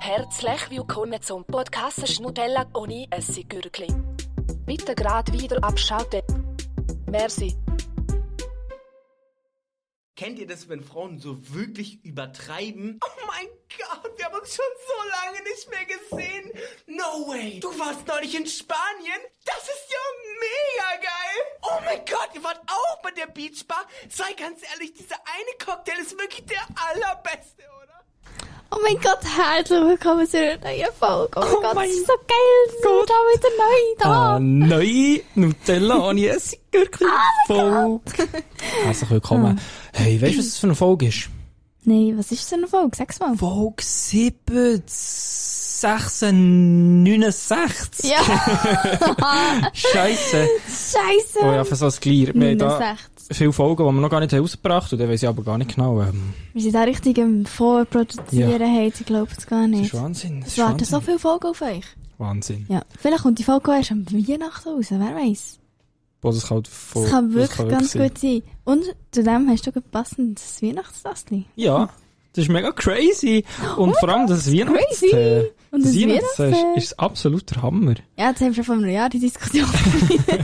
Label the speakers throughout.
Speaker 1: herzlich willkommen zum Podcast Nutella ohne Essiggürkli. Bitte gerade wieder abschalten. Merci.
Speaker 2: Kennt ihr das, wenn Frauen so wirklich übertreiben? Oh mein Gott, wir haben uns schon so lange nicht mehr gesehen. No way. Du warst neulich in Spanien? Das ist ja mega geil. Oh mein Gott, ihr wart auch bei der Beachbar? Sei ganz ehrlich, dieser eine Cocktail ist wirklich der allerbeste, oder?
Speaker 3: Oh mein Gott, herzlich willkommen zu einer neuen Folge. Oh mein
Speaker 2: Oh
Speaker 3: Gott,
Speaker 2: mein
Speaker 3: das ist so geil. Wir sind auch wieder neu da.
Speaker 4: Ah, neue Nutella ohne Essiggürkli-Folge. Herzlich willkommen. Hey, weißt du, was das für eine Folge ist?
Speaker 3: Nein, was ist das für eine Folge? Sag's mal.
Speaker 4: Folge 7, 69.
Speaker 3: Ja,
Speaker 4: Scheiße.
Speaker 3: scheisse.
Speaker 4: Oh ja, für so ein Glier. Wir haben da
Speaker 3: 69.
Speaker 4: viele Folgen, die wir noch gar nicht rausgebracht haben. Und dann weiss ich aber gar nicht genau. Ähm,
Speaker 3: Wir sind da richtig im Vorproduzieren
Speaker 4: Ja.
Speaker 3: heute, ich glaube es gar
Speaker 4: das
Speaker 3: nicht.
Speaker 4: ist Wahnsinn. Das
Speaker 3: Es
Speaker 4: ist
Speaker 3: warten so
Speaker 4: Wahnsinn.
Speaker 3: viele Folgen auf euch.
Speaker 4: Wahnsinn.
Speaker 3: Ja. Vielleicht kommt die Folge auch erst am Weihnachten raus, wer weiß.
Speaker 4: Boah, das kann, halt voll,
Speaker 3: Es kann
Speaker 4: das
Speaker 3: wirklich
Speaker 4: kann
Speaker 3: ganz
Speaker 4: sein.
Speaker 3: gut sein. Und zudem hast du gerade passend das Weihnachtstastli.
Speaker 4: Ja. Das ist mega crazy. Und vor allem Oh das Weihnachtstee.
Speaker 3: crazy. Und das
Speaker 4: Weihnachtstee
Speaker 3: Weihnachtstee.
Speaker 4: ist, ist absolut der Hammer.
Speaker 3: Ja, jetzt haben wir schon vor einem Jahr die Diskussion.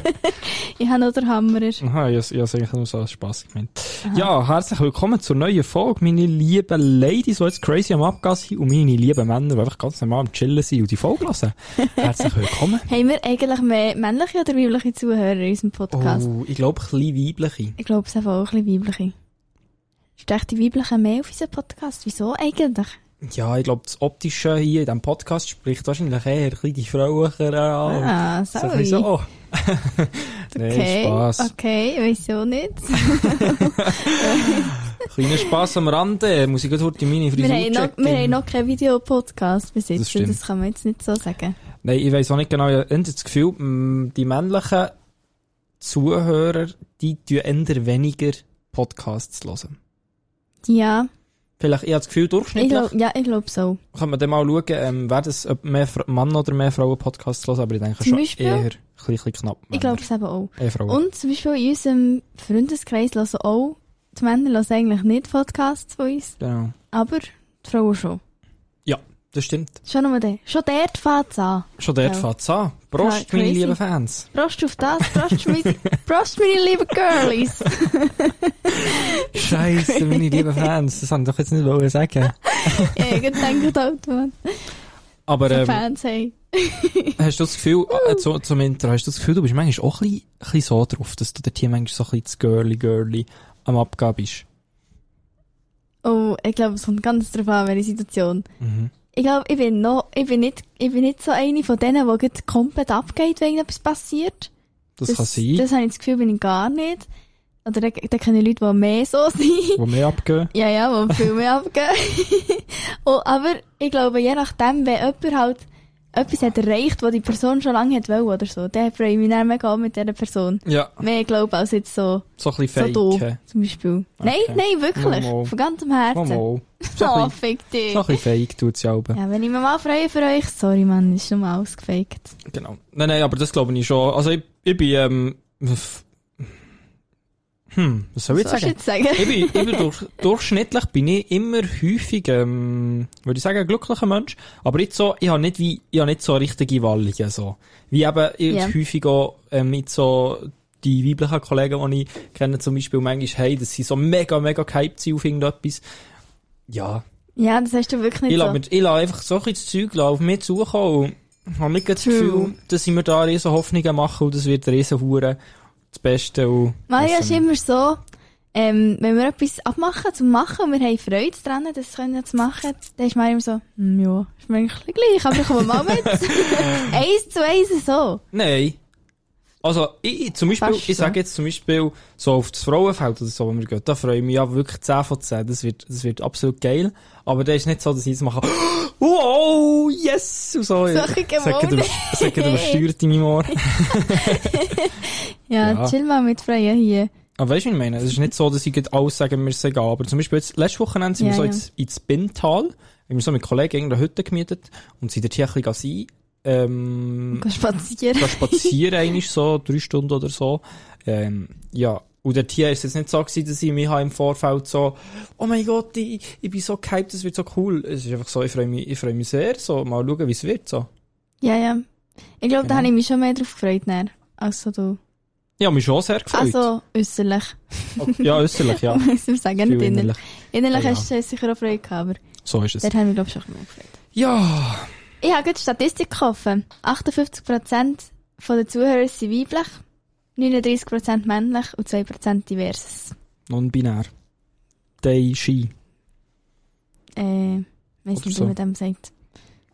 Speaker 3: ich habe noch den Hammerer.
Speaker 4: Aha, ich habe es eigentlich nur so als Spass gemeint. Ja, herzlich willkommen zur neuen Folge, meine lieben Ladies, die jetzt crazy am Abgas sind und meine lieben Männer, die einfach ganz normal am Chillen sind und die Folge hören. Herzlich willkommen.
Speaker 3: Haben wir eigentlich mehr männliche oder weibliche Zuhörer in unserem Podcast?
Speaker 4: Oh, ich glaube, ein bisschen weibliche.
Speaker 3: Ich glaube, es sind auch ein bisschen weibliche. Ist echt die weiblichen mehr auf unseren Podcast? Wieso eigentlich?
Speaker 4: Ja, ich glaube, das Optische hier in diesem Podcast spricht wahrscheinlich eher ein bisschen die Frauen an.
Speaker 3: Ah,
Speaker 4: So ein
Speaker 3: sorry.
Speaker 4: bisschen so. oh. Nein,
Speaker 3: okay,
Speaker 4: Spass.
Speaker 3: okay, wieso nicht?
Speaker 4: Kleiner Spass am Rande. Muss ich gerade heute
Speaker 3: Wir
Speaker 4: meine Frisur
Speaker 3: haben, noch,
Speaker 4: checken.
Speaker 3: wir haben noch keinen Videopodcast bis
Speaker 4: Das
Speaker 3: jetzt, das,
Speaker 4: stimmt.
Speaker 3: das kann man jetzt nicht so sagen.
Speaker 4: Nein, ich weiß auch nicht genau. Ich habe eher das Gefühl, mm, die männlichen Zuhörer, die tun eher weniger Podcasts hören.
Speaker 3: Ja,
Speaker 4: Vielleicht, ich habe das Gefühl,
Speaker 3: ich
Speaker 4: durchschnittlich
Speaker 3: glaub, ja, ich glaube so.
Speaker 4: kann man dann mal schauen, ähm, wer das, ob mehr Fra- Mann oder mehr Frauen Podcasts hören, aber ich denke
Speaker 3: Zum
Speaker 4: schon
Speaker 3: Beispiel?
Speaker 4: eher, ein bisschen knapp.
Speaker 3: Ich
Speaker 4: Männer.
Speaker 3: glaube es eben auch.
Speaker 4: Eher Frauen.
Speaker 3: Und zum Beispiel in unserem Freundeskreis hören auch, die Männer hören eigentlich nicht Podcasts von uns,
Speaker 4: Genau.
Speaker 3: aber die Frauen schon.
Speaker 4: Ja, das stimmt.
Speaker 3: Schon nur der. Schon dort fängt es an.
Speaker 4: Schon dort
Speaker 3: Ja.
Speaker 4: fängt's an. Prost,
Speaker 3: Ja,
Speaker 4: meine
Speaker 3: crazy.
Speaker 4: lieben Fans.
Speaker 3: Prost auf das, Prost, meine, Prost meine lieben Girlies.
Speaker 4: Scheiße, meine lieben Fans. Das haben ich doch jetzt nicht wollen sagen.
Speaker 3: Ich denke halt, man,
Speaker 4: Aber,
Speaker 3: so
Speaker 4: ähm,
Speaker 3: Fans haben.
Speaker 4: Hast du das Gefühl, äh, zu, zum Intro, hast du das Gefühl, du bist manchmal auch ein bisschen, ein bisschen so drauf, dass du der Team manchmal so ein bisschen das Girly-Girly am Abgeben bist?
Speaker 3: Oh, ich glaube, es kommt ganz drauf an, welche Situation.
Speaker 4: Mhm.
Speaker 3: Ich glaube, ich bin noch, ich bin nicht, ich bin nicht so eine von denen, die gerade komplett abgeht, wenn etwas passiert.
Speaker 4: Das,
Speaker 3: Dus
Speaker 4: kann sein,
Speaker 3: Das habe ich das Gefühl, bin ich gar nicht. Oder da, da kenne ich Leute, die mehr so sind.
Speaker 4: wo mehr abgehen.
Speaker 3: Ja, ja, die viel mehr abgeben. oh, aber ich glaube, je nachdem, wenn jemand halt etwas hat erreicht, was die Person schon lange hat wollen oder so, dann freue ich mich dann mega auch mit dieser Person.
Speaker 4: Ja,
Speaker 3: Mehr glaube als jetzt so,
Speaker 4: so ein
Speaker 3: so
Speaker 4: bisschen
Speaker 3: du,
Speaker 4: fake.
Speaker 3: zum Beispiel. Nein, nein, wirklich.
Speaker 4: Mal, mal.
Speaker 3: Von ganzem Herzen.
Speaker 4: Mama, so
Speaker 3: Oh,
Speaker 4: ein bisschen,
Speaker 3: fick dich.
Speaker 4: so ein bisschen fake tut's ja auch.
Speaker 3: Ja, wenn ich mich mal freue für euch, sorry Mann, ist nochmal ausgefaked.
Speaker 4: Genau. Nein, nein, aber das glaube ich schon. Also ich, ich bin, ähm, f- hm, was soll ich
Speaker 3: Was
Speaker 4: jetzt
Speaker 3: soll ich
Speaker 4: sagen?
Speaker 3: jetzt sagen?
Speaker 4: Ich bin, ich bin durch, durchschnittlich bin ich immer häufig, ähm, würde ich sagen, ein glücklicher Mensch. Aber jetzt so, ich habe nicht wie, ich habe nicht so richtige Wallige, so. Wie eben, ich
Speaker 3: Ja.
Speaker 4: häufig auch, ähm, mit so, die weiblichen Kollegen, die ich kenne, zum Beispiel manchmal, hey, dass sie so mega, mega gehypt sind auf irgendetwas. Ja.
Speaker 3: Ja, das hast du wirklich
Speaker 4: Ich
Speaker 3: nicht
Speaker 4: lasse
Speaker 3: so.
Speaker 4: mir- ich lasse einfach so ein bisschen das Zeug lassen, auf mich zukommen und habe nicht das
Speaker 3: True.
Speaker 4: Gefühl, dass ich mir da riesen Hoffnungen mache und das wird riesen Huren das Beste und...
Speaker 3: Maria
Speaker 4: Weiss
Speaker 3: ist
Speaker 4: ich
Speaker 3: immer so, ähm, wenn wir etwas abmachen, zum Machen, und wir haben Freude dran, das können wir zu machen, dann ist Maria immer so, hm, ja, ist mir eigentlich gleich, aber ich komme mal mit. eins zu eins so.
Speaker 4: Nein. Also, ich, ich, zum Beispiel,
Speaker 3: Fast
Speaker 4: ich
Speaker 3: so.
Speaker 4: sage jetzt zum Beispiel, so auf das Frauenfeld oder so, wenn wir gehen, da freue ich mich ja wirklich 10 von 10. Das wird, das wird absolut geil. Aber da ist nicht so, dass ich jetzt mache, wow, yes, und so.
Speaker 3: Solche Gemone.
Speaker 4: Sagen übersteuert in meinem Ohr.
Speaker 3: Ja,
Speaker 4: Ja.
Speaker 3: chill mal mit Freya hier.
Speaker 4: Aber weißt du, was ich meine? Es ist nicht so, dass ich gerade alles sagen, mir ist egal. Aber zum Beispiel jetzt, letztes Wochenende sind
Speaker 3: Ja,
Speaker 4: wir so
Speaker 3: ja.
Speaker 4: ins, ins Bintal. Wir haben so mit Kollegen irgendeine Hütte gemietet und sind dort hier ein bisschen sein, ähm,
Speaker 3: Geh spazieren.
Speaker 4: gehen spazieren eigentlich so, drei Stunden oder so. Ähm, ja, Und der Tier ist jetzt nicht so gewesen, dass ich mich habe im Vorfeld so, oh mein Gott, ich, ich bin so gehypt, das wird so cool. Es ist einfach so, ich freue mich, ich freue mich sehr, so, mal schauen, wie es wird, so.
Speaker 3: Ja, ja. Ich glaube, da
Speaker 4: Genau.
Speaker 3: habe ich mich schon mehr drauf gefreut, näher. als so du.
Speaker 4: Ich habe mich schon sehr gefreut.
Speaker 3: Also, äußerlich.
Speaker 4: Okay. Ja, äußerlich, ja.
Speaker 3: Muss ich sagen,
Speaker 4: Viel
Speaker 3: nicht innerlich.
Speaker 4: innerlich.
Speaker 3: Innerlich
Speaker 4: Ah, ja.
Speaker 3: hast du sicher auch Freude gehabt, aber
Speaker 4: So ist es.
Speaker 3: dort habe ich mich, glaube ich, schon mehr gefreut.
Speaker 4: Ja,
Speaker 3: Ich habe gerade die Statistik getroffen. 58% von den Zuhörern sind weiblich, 39% männlich und 2% diverses.
Speaker 4: non-binär. Dei, Ski.
Speaker 3: Äh, weiss
Speaker 4: Oder
Speaker 3: nicht,
Speaker 4: so.
Speaker 3: wie man dem sagt.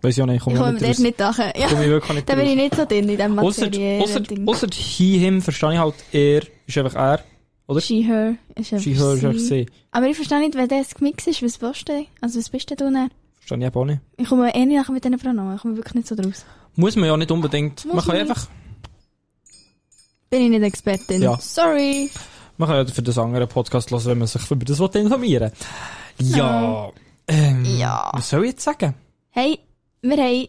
Speaker 4: Weiss ich auch nicht, ich
Speaker 3: ich
Speaker 4: komme
Speaker 3: komme
Speaker 4: nicht
Speaker 3: dort
Speaker 4: raus.
Speaker 3: nicht nach. Ja,
Speaker 4: Komme ich wirklich nicht
Speaker 3: da bin
Speaker 4: raus.
Speaker 3: ich nicht so drin in diesem
Speaker 4: Ausser,
Speaker 3: materiellen
Speaker 4: ausser,
Speaker 3: Ding.
Speaker 4: ausser he, him verstehe ich halt, er ist einfach er, oder?
Speaker 3: She, her ist einfach
Speaker 4: She, her ist einfach
Speaker 3: sie.
Speaker 4: sie.
Speaker 3: Aber ich verstehe nicht, wenn das gemixt ist, was willst du denn? Also was bist denn du denn?
Speaker 4: Verstehe ich eben auch nicht.
Speaker 3: Ich komme eh nicht nach mit diesen Pronomen, ich komme wirklich nicht so draus.
Speaker 4: Muss man ja nicht unbedingt. Man
Speaker 3: Muss
Speaker 4: kann
Speaker 3: man
Speaker 4: einfach,
Speaker 3: Bin ich nicht Expertin.
Speaker 4: Ja.
Speaker 3: Sorry.
Speaker 4: man kann ja für das andere Podcast hören, wenn man sich über das will informieren Ja. Ähm,
Speaker 3: Ja.
Speaker 4: Was soll ich jetzt sagen?
Speaker 3: Hey, wir haben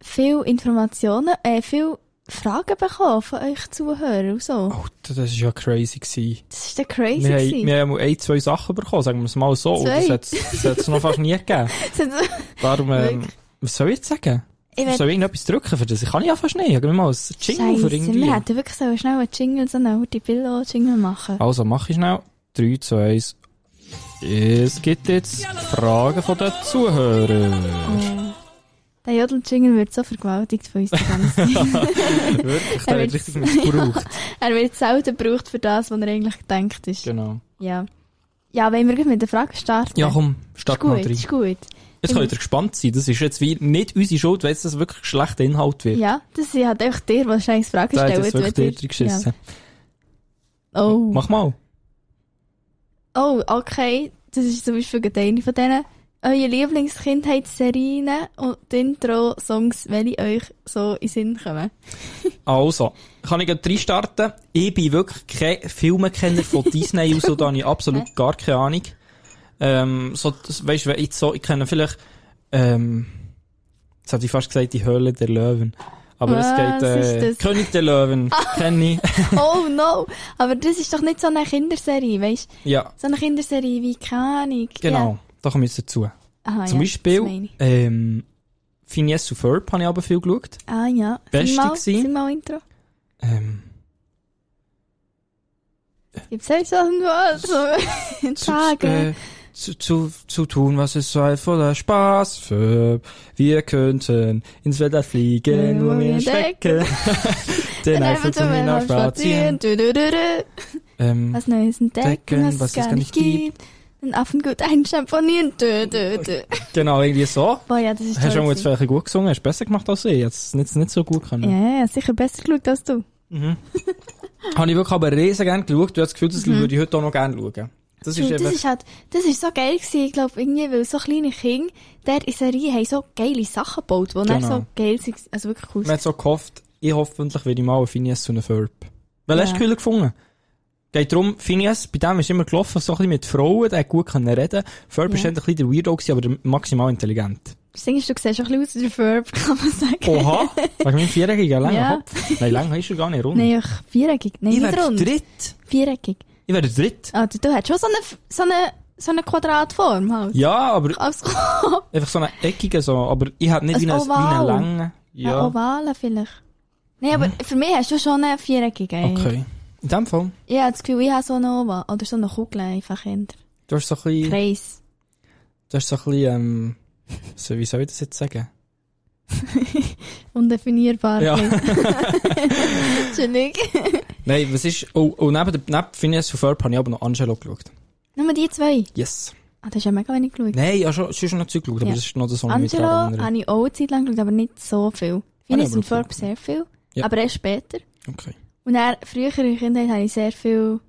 Speaker 3: viele Informationen, äh, viele Fragen bekommen von euch Zuhörern und so.
Speaker 4: Oh, das war ja crazy. Gewesen.
Speaker 3: Das ist der crazy
Speaker 4: Wir, haben,
Speaker 3: gewesen.
Speaker 4: wir haben mal ein, zwei Sachen bekommen, sagen wir es mal so. Und Das
Speaker 3: Zwei?
Speaker 4: hat es noch fast nie gegeben. Darum, ähm,
Speaker 3: Wirklich?
Speaker 4: was soll ich jetzt sagen?
Speaker 3: Also, Ich will-
Speaker 4: soll ich irgendetwas drücken für das? Ich kann ja fast nicht. Ich habe mal ein Jingle für
Speaker 3: Scheisse,
Speaker 4: irgendwie.
Speaker 3: wir hätten wirklich so schnell einen Jingle, so einen Billo-Jingle machen.
Speaker 4: Also, mach ich schnell. 3, 2, 1. Es gibt jetzt Fragen von den Zuhörern.
Speaker 3: Der Jodel-Jingle wird so vergewaltigt von uns die ganze Zeit.
Speaker 4: Wirklich,
Speaker 3: Er
Speaker 4: der wird
Speaker 3: wird-
Speaker 4: richtig missbraucht.
Speaker 3: Er wird selten gebraucht für das, was er eigentlich gedacht ist.
Speaker 4: Genau.
Speaker 3: Ja. Ja, wenn wir gleich mit der Frage starten.
Speaker 4: Ja, komm,
Speaker 3: Ist
Speaker 4: start mal
Speaker 3: gut,
Speaker 4: rein.
Speaker 3: ist gut.
Speaker 4: Jetzt könnt ihr gespannt sein. Das ist jetzt wie nicht unsere Schuld, wenn es das wirklich schlechter Inhalt wird.
Speaker 3: Ja, das ist halt echt dir, was scheiß Fragen
Speaker 4: da hat
Speaker 3: stellt.
Speaker 4: jetzt wirklich
Speaker 3: wenn
Speaker 4: der
Speaker 3: du-
Speaker 4: drin geschissen.
Speaker 3: Ja. Oh.
Speaker 4: Mach mal.
Speaker 3: oh, Dus okay. Das ist zum Beispiel gerade eine von denen. Eure Lieblingskindheitsserien und die Intro-Songs, welche euch so in den Sinn kommen.
Speaker 4: Also, kann ich gleich starten? Ich bin wirklich kein Filmekenner von Disney aus, so da habe ich absolut gar keine Ahnung. Ähm, so, das- weißt du, wenn ich so, ich kenne vielleicht, ähm, jetzt hätte ich fast gesagt, die Höhle der Löwen. Aber
Speaker 3: Was
Speaker 4: es geht, äh,
Speaker 3: ist das?
Speaker 4: König der Löwen, kenne ich.
Speaker 3: Oh no! Aber das ist doch nicht so eine Kinderserie, weißt du?
Speaker 4: Ja,
Speaker 3: So eine Kinderserie wie keine Ahnung.
Speaker 4: genau,
Speaker 3: Ja.
Speaker 4: da komme ich jetzt dazu.
Speaker 3: Aha,
Speaker 4: Zum
Speaker 3: Ah ja, das meine
Speaker 4: Beispiel,
Speaker 3: ich.
Speaker 4: ähm, Phineas und Ferb habe ich aber viel geschaut.
Speaker 3: Ah ja.
Speaker 4: Beste
Speaker 3: Sing mal,
Speaker 4: gewesen.
Speaker 3: sing mal Intro.
Speaker 4: Ähm,
Speaker 3: Gibt's selbst irgendwas?
Speaker 4: zu,
Speaker 3: Tage.
Speaker 4: äh, zu, zu, zu tun, was es sei, voller Spaß für. Wir könnten ins Wetter fliegen,
Speaker 3: Ja,
Speaker 4: nur
Speaker 3: wir
Speaker 4: mehr Schrecken. Den Eiffel zum Hinauf spazieren. Ähm,
Speaker 3: Was Neues entdecken, was, es gar nicht gibt. Den Affen gut einschamponieren. Dö, dö, dö.
Speaker 4: genau, irgendwie so.
Speaker 3: Boah, ja, das ist
Speaker 4: Hast du
Speaker 3: toll
Speaker 4: jetzt
Speaker 3: gewesen.
Speaker 4: vielleicht gut gesungen? Hast du besser gemacht als ich? Jetzt nicht, nicht so gut können.
Speaker 3: ja, ja, ja, sicher besser geschaut als du.
Speaker 4: Habe ich wirklich aber riesen gerne geschaut. Du hast das Gefühl, das würde ich heute auch noch gerne schauen. Das ist
Speaker 3: Mhm. Du,
Speaker 4: einfach,
Speaker 3: das ist halt, das ist so geil gewesen, ich glaube, irgendwie, weil so kleine Kinder, der in Serie haben so geile Sachen gebaut, die dann
Speaker 4: Genau.
Speaker 3: so geil sind, also wirklich cool
Speaker 4: man
Speaker 3: sind.
Speaker 4: hat so gehofft, ich hoffentlich werde ich mal einen Phineas zu einem Ferb. Weil hast du
Speaker 3: Ja.
Speaker 4: Kühler gefunden? Geht darum, Phineas, bei dem ist immer gelaufen, so ein bisschen mit Frauen, der hat gut können reden. Ferb
Speaker 3: Ja.
Speaker 4: ist eigentlich ein bisschen der Weirdo gewesen, aber der maximal intelligent.
Speaker 3: Das Ding ist, du siehst schon ein bisschen aus wie der Furb, kann man sagen.
Speaker 4: Oha! Wegen meinem vierjährigen langen
Speaker 3: Ja.
Speaker 4: Kopf. Nein, lang ist er gar nicht rund.
Speaker 3: Nein, ich, viereckig. Nein,
Speaker 4: ich
Speaker 3: nicht
Speaker 4: werde
Speaker 3: rund.
Speaker 4: dritt.
Speaker 3: Viereckig.
Speaker 4: Ich werde dritt.
Speaker 3: Ah, du, du hast schon so eine, so eine, so eine Quadratform halt.
Speaker 4: Ja, aber
Speaker 3: Als Kopf.
Speaker 4: einfach so eine eckige so, aber ich habe nicht
Speaker 3: Ein
Speaker 4: wie einen, wie einen
Speaker 3: Oval.
Speaker 4: langen.
Speaker 3: Ja.
Speaker 4: Ja. Hm.
Speaker 3: Ovale vielleicht. Nein, aber für mich hast du schon eine viereckige.
Speaker 4: Okay. In dem Fall,
Speaker 3: Ich habe das Gefühl, ich habe so eine Oval. Oh, Oder so eine Kugel einfach hinter.
Speaker 4: du hast so ein bisschen,
Speaker 3: Kreis.
Speaker 4: du hast so ein bisschen, ähm, so, wie soll ich das jetzt sagen?
Speaker 3: Undefinierbar.
Speaker 4: Ja.
Speaker 3: Entschuldigung.
Speaker 4: Nein, was ist, oh, oh neben, der, neben Phineas und Ferb habe ich aber noch Angelo geschaut.
Speaker 3: Nur Nou, die zwei.
Speaker 4: Yes.
Speaker 3: Ah, das ist ja mega wenig geschaut.
Speaker 4: Nein, ich habe schon, schon noch Zeug geschaut, aber
Speaker 3: Ja.
Speaker 4: das ist noch das, was ich mich
Speaker 3: Angelo ah,
Speaker 4: daran erinnere.
Speaker 3: habe ich auch eine Zeit lang geschaut, aber nicht so viel.
Speaker 4: Ah,
Speaker 3: Phineas
Speaker 4: ja, aber
Speaker 3: und
Speaker 4: okay.
Speaker 3: Ferb sehr viel.
Speaker 4: Ja.
Speaker 3: Aber erst später.
Speaker 4: Okay.
Speaker 3: Und dann, früher in der Kindheit habe ich sehr viel,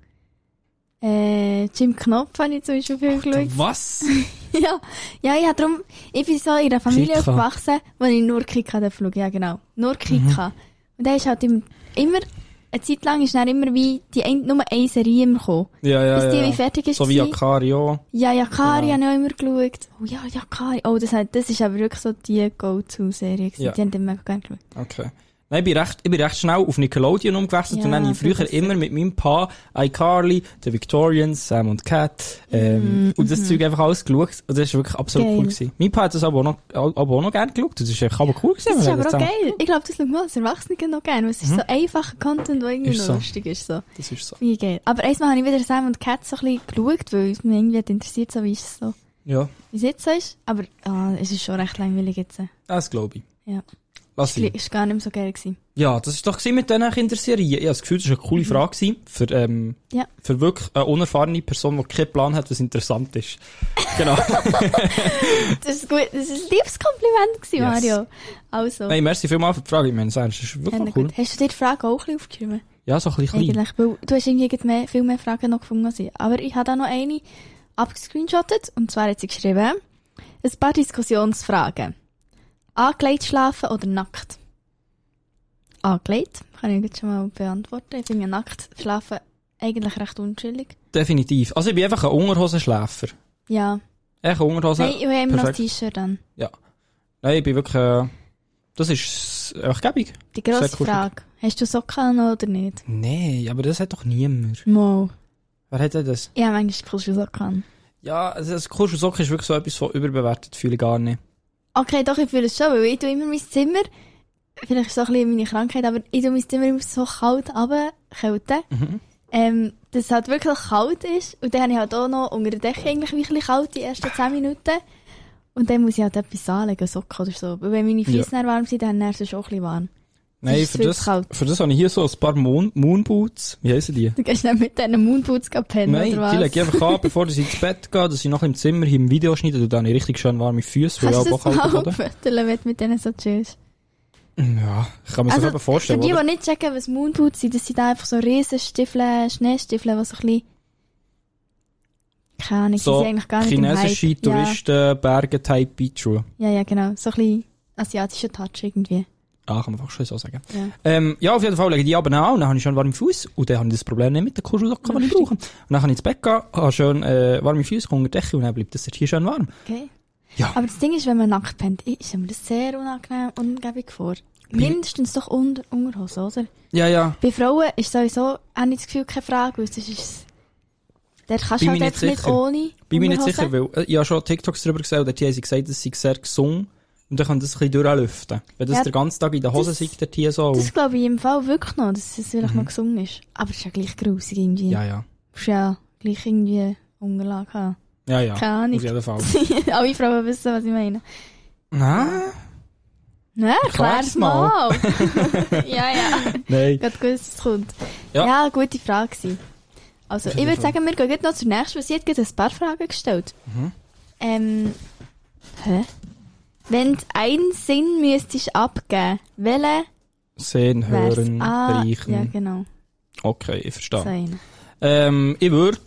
Speaker 3: äh, Jim Knopf habe ich zum Beispiel viel geschaut.
Speaker 4: Was?
Speaker 3: Ja, ja, ja, darum, ich bin so in einer Familie
Speaker 4: Kika.
Speaker 3: aufgewachsen, wo ich nur Kika darf schauen, ja genau, nur
Speaker 4: Mhm.
Speaker 3: Kika. Und da ist halt im, immer, eine Zeit lang ist dann immer wie die ein, nur eine Serie immer gekommen.
Speaker 4: Ja, ja,
Speaker 3: Bis
Speaker 4: ja.
Speaker 3: die
Speaker 4: ja.
Speaker 3: wie fertig ist
Speaker 4: So wie
Speaker 3: gewesen.
Speaker 4: Akario.
Speaker 3: Ja, Yakari habe ich auch immer geschaut. Oh ja, Yakari, oh das, hat, das ist aber wirklich so die Go-To-Serie gewesen,
Speaker 4: Ja.
Speaker 3: die haben ich mega gerne geschaut.
Speaker 4: Okay. Nein, ich bin recht, ich bin recht schnell auf Nickelodeon umgewechselt und
Speaker 3: Ja,
Speaker 4: dann habe ich
Speaker 3: das
Speaker 4: früher
Speaker 3: ist
Speaker 4: immer mit meinem Pa, iCarly, The Victorians, Sam und Cat, ähm, und das Zeug einfach alles geschaut. Und das war wirklich absolut
Speaker 3: Mm, mhm. Geil.
Speaker 4: cool gewesen. Mein Pa hat das aber auch noch, aber auch noch gerne geschaut. Das ist echt aber cool gewesen.
Speaker 3: Das ist
Speaker 4: wenn wir
Speaker 3: aber auch
Speaker 4: zusammen- Mhm.
Speaker 3: geil. Ich glaube, das schaut man als Erwachsene noch gerne, weil es ist so einfacher Content, der irgendwie
Speaker 4: Ist
Speaker 3: noch
Speaker 4: so.
Speaker 3: lustig ist. So.
Speaker 4: Das ist so.
Speaker 3: Finde ich geil. Aber erstmal habe ich wieder Sam und Cat so ein bisschen geschaut, weil es mich irgendwie hat interessiert, so wie ist es so.
Speaker 4: Ja,
Speaker 3: Wie es jetzt so ist, aber ah, es ist schon recht langweilig jetzt.
Speaker 4: das glaube ich.
Speaker 3: Ja.
Speaker 4: Lass ihn.
Speaker 3: Ist gar nicht mehr so geil gewesen.
Speaker 4: Ja, das war doch gewesen mit diesen Kinderserien. Ich habe das Gefühl, das war eine coole Frage gewesen für, ähm,
Speaker 3: Mhm. Ja.
Speaker 4: für wirklich eine unerfahrene Person, die keinen Plan hat, was interessant ist. Genau.
Speaker 3: Das ist gut, das ist ein liebes Kompliment gewesen,
Speaker 4: Yes.
Speaker 3: Mario. Also,
Speaker 4: Nein, merci vielmals für die Frage. Ich meine, das ist
Speaker 3: Hände
Speaker 4: wirklich cool.
Speaker 3: gut. Hast du dir die Frage auch ein bisschen aufgeschrieben?
Speaker 4: Ja, so ein bisschen klein.
Speaker 3: Eigentlich, weil du hast irgendwie gerade mehr, viel mehr Fragen noch gefunden als ich. Aber ich habe da noch eine abgescreenshottet und zwar hat sie geschrieben, ein paar Diskussionsfragen. Angelegt schlafen oder nackt? Angelegt, kann ich jetzt schon mal beantworten. Ich finde ja nackt schlafen eigentlich recht unschuldig.
Speaker 4: Definitiv. Also ich bin einfach ein Unterhosenschläfer.
Speaker 3: Ja.
Speaker 4: Echt ein Unterhosen.
Speaker 3: Nein, ich habe immer noch das
Speaker 4: perfekt.
Speaker 3: T-Shirt an.
Speaker 4: Nein, ich bin wirklich... Äh, das ist einfach gäbig.
Speaker 3: Die
Speaker 4: Sehr
Speaker 3: grosse
Speaker 4: cool.
Speaker 3: Frage. Hast du Socken an oder nicht?
Speaker 4: Nein, aber das hat doch niemand.
Speaker 3: Mo.
Speaker 4: Wer hat denn das?
Speaker 3: Ja, manchmal coolste Socken an.
Speaker 4: Ja, also das Kuschelsocken ist wirklich so etwas von überbewertet, fühle ich gar nicht.
Speaker 3: Okay, doch, ich fühle es schon, weil ich tue immer mein Zimmer, vielleicht ist es auch ein bisschen meine Krankheit, aber ich tue mein Zimmer immer so kalt runterkälten,
Speaker 4: Mhm.
Speaker 3: ähm, dass es halt wirklich kalt ist. Und dann habe ich halt auch noch unter der Decke eigentlich wie ein bisschen kalt die ersten 10 Minuten. Und dann muss ich halt etwas anlegen, Socken oder so. Weil wenn meine Füße dann warm sind, dann ist es auch ein bisschen warm.
Speaker 4: Nein,
Speaker 3: ist
Speaker 4: für
Speaker 3: viel
Speaker 4: das,
Speaker 3: kalt.
Speaker 4: für das habe ich hier so ein paar Moon Moonboots. Wie heißen die?
Speaker 3: Du gehst dann mit diesen Mundputz pennen,
Speaker 4: Nein,
Speaker 3: oder was?
Speaker 4: die lege ich einfach an, bevor ich ins Bett gehe, dass ich nachher im Zimmer hier im Video schneide und dann habe ich richtig schön warme Füße, weil ich
Speaker 3: Kannst
Speaker 4: auch
Speaker 3: du das
Speaker 4: Bock habe.
Speaker 3: mal
Speaker 4: oder?
Speaker 3: aufwetteln, wenn du mit denen so chillst?
Speaker 4: Ja, ich kann mir das eben vorstellen.
Speaker 3: Also, für die,
Speaker 4: oder?
Speaker 3: die nicht checken, was Moonboots sind, das sind einfach so riesen Stiefel, Schneestiefel, die so ein bisschen... Keine Ahnung, die
Speaker 4: So
Speaker 3: sind eigentlich gar nicht
Speaker 4: Chinesische
Speaker 3: im Hype.
Speaker 4: Touristen, Berge, Type Beachschuhe.
Speaker 3: Ja, ja, ja, genau. So ein bisschen asiatischer Touch irgendwie.
Speaker 4: Ah, kann man fast schon so sagen.
Speaker 3: Ja.
Speaker 4: Ähm, ja, auf jeden Fall lege ich die ab und an und dann habe ich schon warme Füße und dann habe ich das Problem nicht mit den Kuschelsocken, die ich brauche. Und dann kann ich ins Bett gehen, habe schön äh, warme Füße, komme unter die Decke und dann bleibt das hier schön warm.
Speaker 3: Okay.
Speaker 4: Ja.
Speaker 3: Aber das Ding ist, wenn man nackt pennt, ist mir das sehr unangenehm und ungebig vor. Mindestens doch unter Unterhose, oder?
Speaker 4: Ja, ja.
Speaker 3: Bei Frauen ist sowieso, habe ich das Gefühl, keine Frage, weil sonst ist es... Der kannst
Speaker 4: Bin
Speaker 3: du halt
Speaker 4: mir nicht
Speaker 3: einfach nicht
Speaker 4: sicher.
Speaker 3: ohne
Speaker 4: Bin mir nicht
Speaker 3: Unterhose.
Speaker 4: sicher, weil äh, ich habe schon TikToks darüber gesehen und dort haben sie gesagt, das sei sehr gesund und dann kann das ein bisschen durchlüften. Wenn das
Speaker 3: Ja,
Speaker 4: den ganzen Tag in der Hose
Speaker 3: das-
Speaker 4: sieht, der Tier so.
Speaker 3: Das glaube ich im Fall wirklich noch, dass es vielleicht noch gesungen ist. Aber es ist ja gleich grusig irgendwie.
Speaker 4: Mhm. Ja, ja.
Speaker 3: Du musst ja gleich irgendwie Unterlage haben.
Speaker 4: Ja, ja.
Speaker 3: Keine Ahnung.
Speaker 4: Auf jeden Fall.
Speaker 3: Alle Frauen wissen, was ich meine.
Speaker 4: Nein.
Speaker 3: Ne,
Speaker 4: Erklär's
Speaker 3: klär's mal. ja, ja.
Speaker 4: Nein.
Speaker 3: Gott gewusst, es kommt.
Speaker 4: Ja.
Speaker 3: Ja. gute Frage gewesen. Also,
Speaker 4: Auf
Speaker 3: ich
Speaker 4: jeden
Speaker 3: würde sagen, wir gehen jetzt noch zur nächsten, weil sie hat gerade ein paar Fragen gestellt.
Speaker 4: Mhm.
Speaker 3: Ähm, hä? Wenn du einen Sinn müsstest abgeben, welchen
Speaker 4: Sehen,
Speaker 3: wär's?
Speaker 4: hören,
Speaker 3: Ah,
Speaker 4: riechen.
Speaker 3: ja genau.
Speaker 4: Okay, ich verstehe.
Speaker 3: So einer.
Speaker 4: Ähm, ich würde.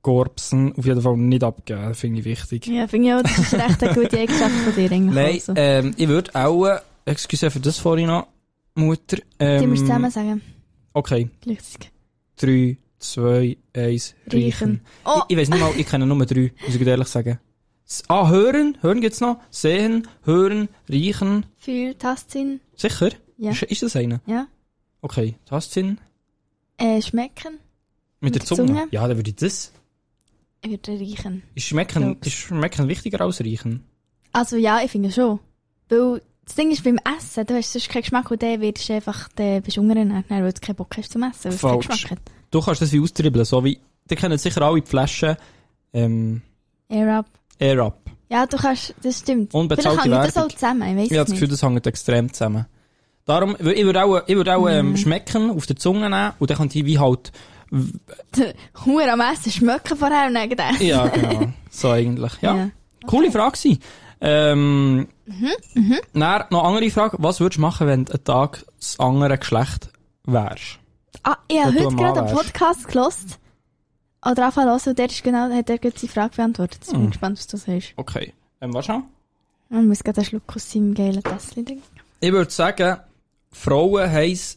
Speaker 4: Korpsen auf jeden Fall nicht abgeben, finde ich wichtig.
Speaker 3: Ja, finde ich auch, das ist recht eine gute Eigenschaft von dir eigentlich.
Speaker 4: Nein,
Speaker 3: also.
Speaker 4: ähm, ich würde auch. Äh, Excuse für das vorhin noch, Mutter.
Speaker 3: Die musst du zusammen
Speaker 4: Ähm,
Speaker 3: sagen.
Speaker 4: okay,
Speaker 3: Gleichzeitig.
Speaker 4: 3, 2, 1, riechen.
Speaker 3: Riechen. Oh,
Speaker 4: Ich, ich weiß nicht mal, ich kenne nur drei, muss ich gut ehrlich sagen. S- Ah, hören, hören gibt's noch. Sehen, hören, riechen.
Speaker 3: viel Tastsinn.
Speaker 4: Sicher?
Speaker 3: Ja.
Speaker 4: Ist, ist das einer?
Speaker 3: Ja.
Speaker 4: Okay, Tastsinn.
Speaker 3: Äh, schmecken. Mit
Speaker 4: Mit, der
Speaker 3: der
Speaker 4: Zunge.
Speaker 3: Zunge?
Speaker 4: Ja, dann würde ich das.
Speaker 3: Ich würde riechen.
Speaker 4: Ist Schmecken,
Speaker 3: Glaub's.
Speaker 4: ist Schmecken wichtiger als Riechen?
Speaker 3: Also ja, ich finde schon. Weil das Ding ist beim Essen, du hast sonst keinen Geschmack und dann wirst du dus einfach, dann bist du hungrig, weil du keinen Bock hast zum Essen, weil es keinen
Speaker 4: Falsch.
Speaker 3: Geschmack hat.
Speaker 4: Du kannst das wie austribbeln, so wie, ihr kennt sicher alle die Flaschen, ähm,
Speaker 3: Air up.
Speaker 4: Air Up.
Speaker 3: Ja, du kannst, das stimmt.
Speaker 4: Unbezahlte
Speaker 3: Vielleicht hängt das
Speaker 4: Werbung.
Speaker 3: auch zusammen, ich weiß
Speaker 4: Ich habe das Gefühl,
Speaker 3: nicht.
Speaker 4: das hängt extrem zusammen. Darum, weil ich würde auch, ich würde auch
Speaker 3: Mhm.
Speaker 4: ähm, Schmecken auf der Zunge nehmen und dann könnte ich wie halt,
Speaker 3: Hunger am Essen schmecken vorher und dann gedacht.
Speaker 4: ja genau, so eigentlich, ja. Coole Frage gewesen. Ähm, Dann noch eine andere Frage, was würdest du machen, wenn du einen Tag das andere Geschlecht wärst?
Speaker 3: Ah, ich habe
Speaker 4: Wenn du
Speaker 3: heute
Speaker 4: ein
Speaker 3: gerade
Speaker 4: Mann
Speaker 3: einen
Speaker 4: wärst.
Speaker 3: Podcast gelost. Oder einfach hören, und der ist genau, hat er gerade seine Frage beantwortet. Jetzt bin
Speaker 4: Mhm.
Speaker 3: ich gespannt, was du sagst.
Speaker 4: Okay, ähm, warte mal.
Speaker 3: Man muss gerade einen Schluck aus seinem geilen Tässchen trinken.
Speaker 4: Ich würde sagen, Frauen haben es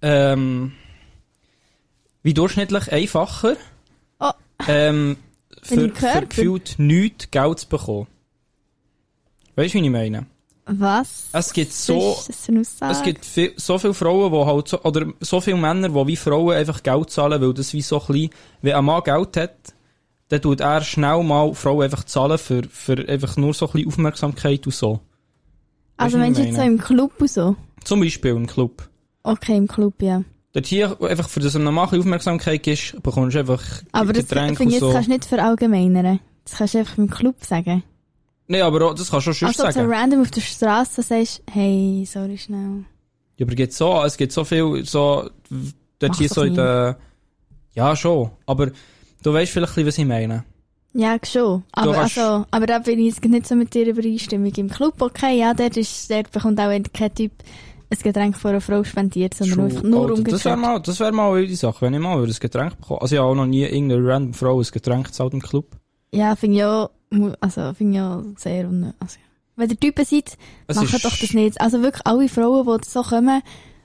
Speaker 4: ähm, wie durchschnittlich einfacher,
Speaker 3: Oh.
Speaker 4: ähm,
Speaker 3: Wenn
Speaker 4: für,
Speaker 3: ich gehört
Speaker 4: für gefühlt nichts Geld zu bekommen. Weißt du, wie ich meine?
Speaker 3: Was?
Speaker 4: Es gibt so,
Speaker 3: Ist das eine Aussage?
Speaker 4: es gibt viel, so viele Frauen, die halt so, oder so viele Männer, die wie Frauen einfach Geld zahlen, weil das wie so klein, wenn ein Mann Geld hat, dann tut er schnell mal Frauen einfach zahlen für, für einfach nur so ein bisschen Aufmerksamkeit und so.
Speaker 3: also
Speaker 4: Weisst du,
Speaker 3: meinst du
Speaker 4: wie ich
Speaker 3: jetzt so
Speaker 4: meine?
Speaker 3: im Club und so?
Speaker 4: Zum Beispiel im Club.
Speaker 3: Okay, im Club, ja.
Speaker 4: Dort hier, einfach für das du einem Mann ein bisschen Aufmerksamkeit gibst, bekommst du einfach
Speaker 3: Aber das
Speaker 4: Getränke
Speaker 3: finde ich, das
Speaker 4: und so.
Speaker 3: kannst du nicht verallgemeinern. Das kannst du einfach im Club sagen.
Speaker 4: Nein, aber auch, das kannst du auch schon
Speaker 3: Also
Speaker 4: sagen.
Speaker 3: so random auf der Straße sagst, hey, sorry, schnell.
Speaker 4: Ja, aber gibt so, es gibt so viel, so, dort
Speaker 3: Mach
Speaker 4: hier
Speaker 3: doch
Speaker 4: so in
Speaker 3: nie.
Speaker 4: der, ja, schon, aber du weißt vielleicht, ein bisschen, was ich meine.
Speaker 3: Ja, schon. Aber,
Speaker 4: kannst-
Speaker 3: also, aber da bin ich jetzt nicht so mit dir übereinstimmig. Im Club, okay, ja, dort, ist, dort bekommt auch kein Typ ein Getränk von einer Frau spendiert, sondern einfach nur
Speaker 4: Alter, Oh, das wäre
Speaker 3: umgekehrt.
Speaker 4: mal, das wäre mal eine Sache, wenn ich mal über ein Getränk bekomme. Also, ich habe auch noch nie irgendeine random Frau ein Getränk gezahlt im Club.
Speaker 3: Ja, finde ich auch, mu- also, finde ich auch sehr unnötig. Also, ja. wenn ihr Typen seid,
Speaker 4: Es
Speaker 3: machen
Speaker 4: ist-
Speaker 3: doch das nicht. Also wirklich alle Frauen, die so kommen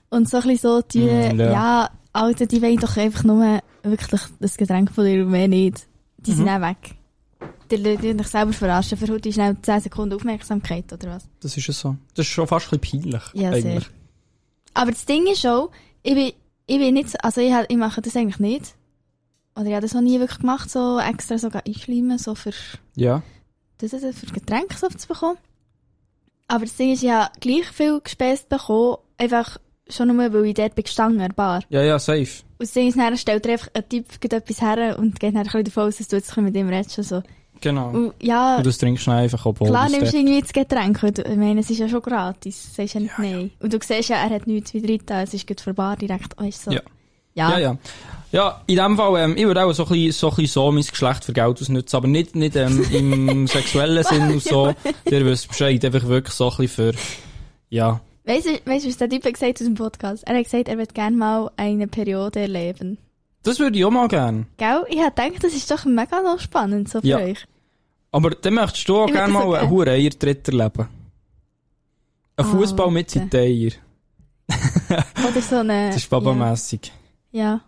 Speaker 3: und so ein bisschen so, die,
Speaker 4: Mm, ja.
Speaker 3: ja. Alter, die wollen doch einfach nur wirklich das Getränk von dir und mehr nicht. Die
Speaker 4: Mhm.
Speaker 3: sind auch weg. Die Leute dich selber verarschen, für heute schnell 10 Sekunden Aufmerksamkeit, oder was?
Speaker 4: Das ist ja so. Das ist schon fast ein bisschen peinlich.
Speaker 3: Ja,
Speaker 4: eigentlich.
Speaker 3: sehr. Aber das Ding ist auch, ich bin, ich bin nicht, so- also ich, hab- ich mache das eigentlich nicht. Oder ich habe das noch nie wirklich gemacht, so extra sogar einschleimen, so für,
Speaker 4: Ja.
Speaker 3: das ist für Getränke so zu bekommen. Aber das Ding ist, ich habe gleich viel gespäßt bekommen, einfach schon nur, weil ich dort bin gestanden, an der Bar.
Speaker 4: Ja, ja, safe.
Speaker 3: Und das Ding ist, dann stellt dir einfach ein Typ gerade etwas her und geht dann ein bisschen davon aus, dass du jetzt ein bisschen mit ihm redest und so.
Speaker 4: Genau.
Speaker 3: Und Oh, ja,
Speaker 4: Und das trinkst du dann einfach, obwohl
Speaker 3: Klar
Speaker 4: das
Speaker 3: nimmst du
Speaker 4: dort-
Speaker 3: irgendwie das Getränk, weil du- ich meine, es ist ja schon gratis, sagst ja nicht nein. Und du siehst ja, er hat nichts wieder reingetan, es ist gut für Bar direkt, weißt du, so.
Speaker 4: Ja.
Speaker 3: Ja.
Speaker 4: Ja, ja. Ja, in dem Fall, ähm, ich würde auch so ein bisschen so, ein bisschen so mein Geschlecht für Geld ausnutzen, aber nicht, nicht ähm, im sexuellen Sinn und so. Ihr wisst Bescheid, einfach wirklich so ein bisschen für, ja.
Speaker 3: Weißt du, weißt du, was der Typ hat gesagt aus dem Podcast? Er hat gesagt, er wird gerne mal eine Periode erleben.
Speaker 4: Das würde ich auch mal gerne.
Speaker 3: Gell? Ich hab gedacht, das ist doch mega noch spannend, so für
Speaker 4: Ja.
Speaker 3: euch.
Speaker 4: Aber dann möchtest du auch
Speaker 3: Ich würd
Speaker 4: gerne
Speaker 3: das auch
Speaker 4: mal
Speaker 3: gerne.
Speaker 4: einen hohen Eier-Dritter leben. Ein
Speaker 3: Ah,
Speaker 4: Fußball mit
Speaker 3: bitte.
Speaker 4: seinen Eier.
Speaker 3: Oder so eine...
Speaker 4: Das ist
Speaker 3: Äh, ja.
Speaker 4: babamässig.
Speaker 3: ja.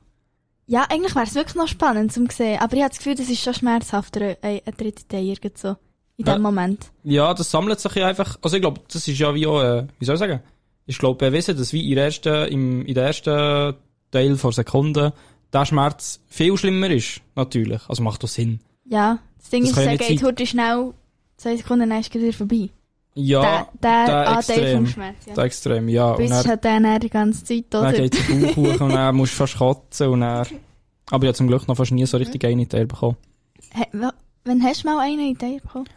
Speaker 3: Ja, eigentlich wäre es wirklich noch spannend zum sehen, aber ich habe das Gefühl, das ist schon schmerzhafter, ein, ein dritter Teil irgend so. In
Speaker 4: Ja.
Speaker 3: dem Moment.
Speaker 4: Ja, das sammelt sich ja einfach. Also ich glaube, das ist ja wie auch, äh, wie soll ich sagen? Ich glaube, bewiesen, dass wie in der ersten, im, in der ersten Teil vor Sekunden der Schmerz viel schlimmer ist, natürlich. Also macht doch Sinn.
Speaker 3: Ja. Das Ding
Speaker 4: Das
Speaker 3: ist,
Speaker 4: kann ja
Speaker 3: er
Speaker 4: nicht
Speaker 3: geht
Speaker 4: sein.
Speaker 3: heute schnell, zwei Sekunden, dann ist es wieder vorbei.
Speaker 4: Ja,
Speaker 3: der,
Speaker 4: Ah, der
Speaker 3: der Anteil
Speaker 4: extrem.
Speaker 3: vom Schmerz. Ja.
Speaker 4: da extrem, ja. Und
Speaker 3: Bis
Speaker 4: dann,
Speaker 3: hat der dann die ganze Zeit, oder?
Speaker 4: dann geht es Bauch hoch und dann musst du fast kotzen und dann... Aber ich habe zum Glück noch fast nie so richtig
Speaker 3: Mhm.
Speaker 4: eine Teil bekommen.
Speaker 3: Hä, wa- Wann hast du mal eine Idee bekommen?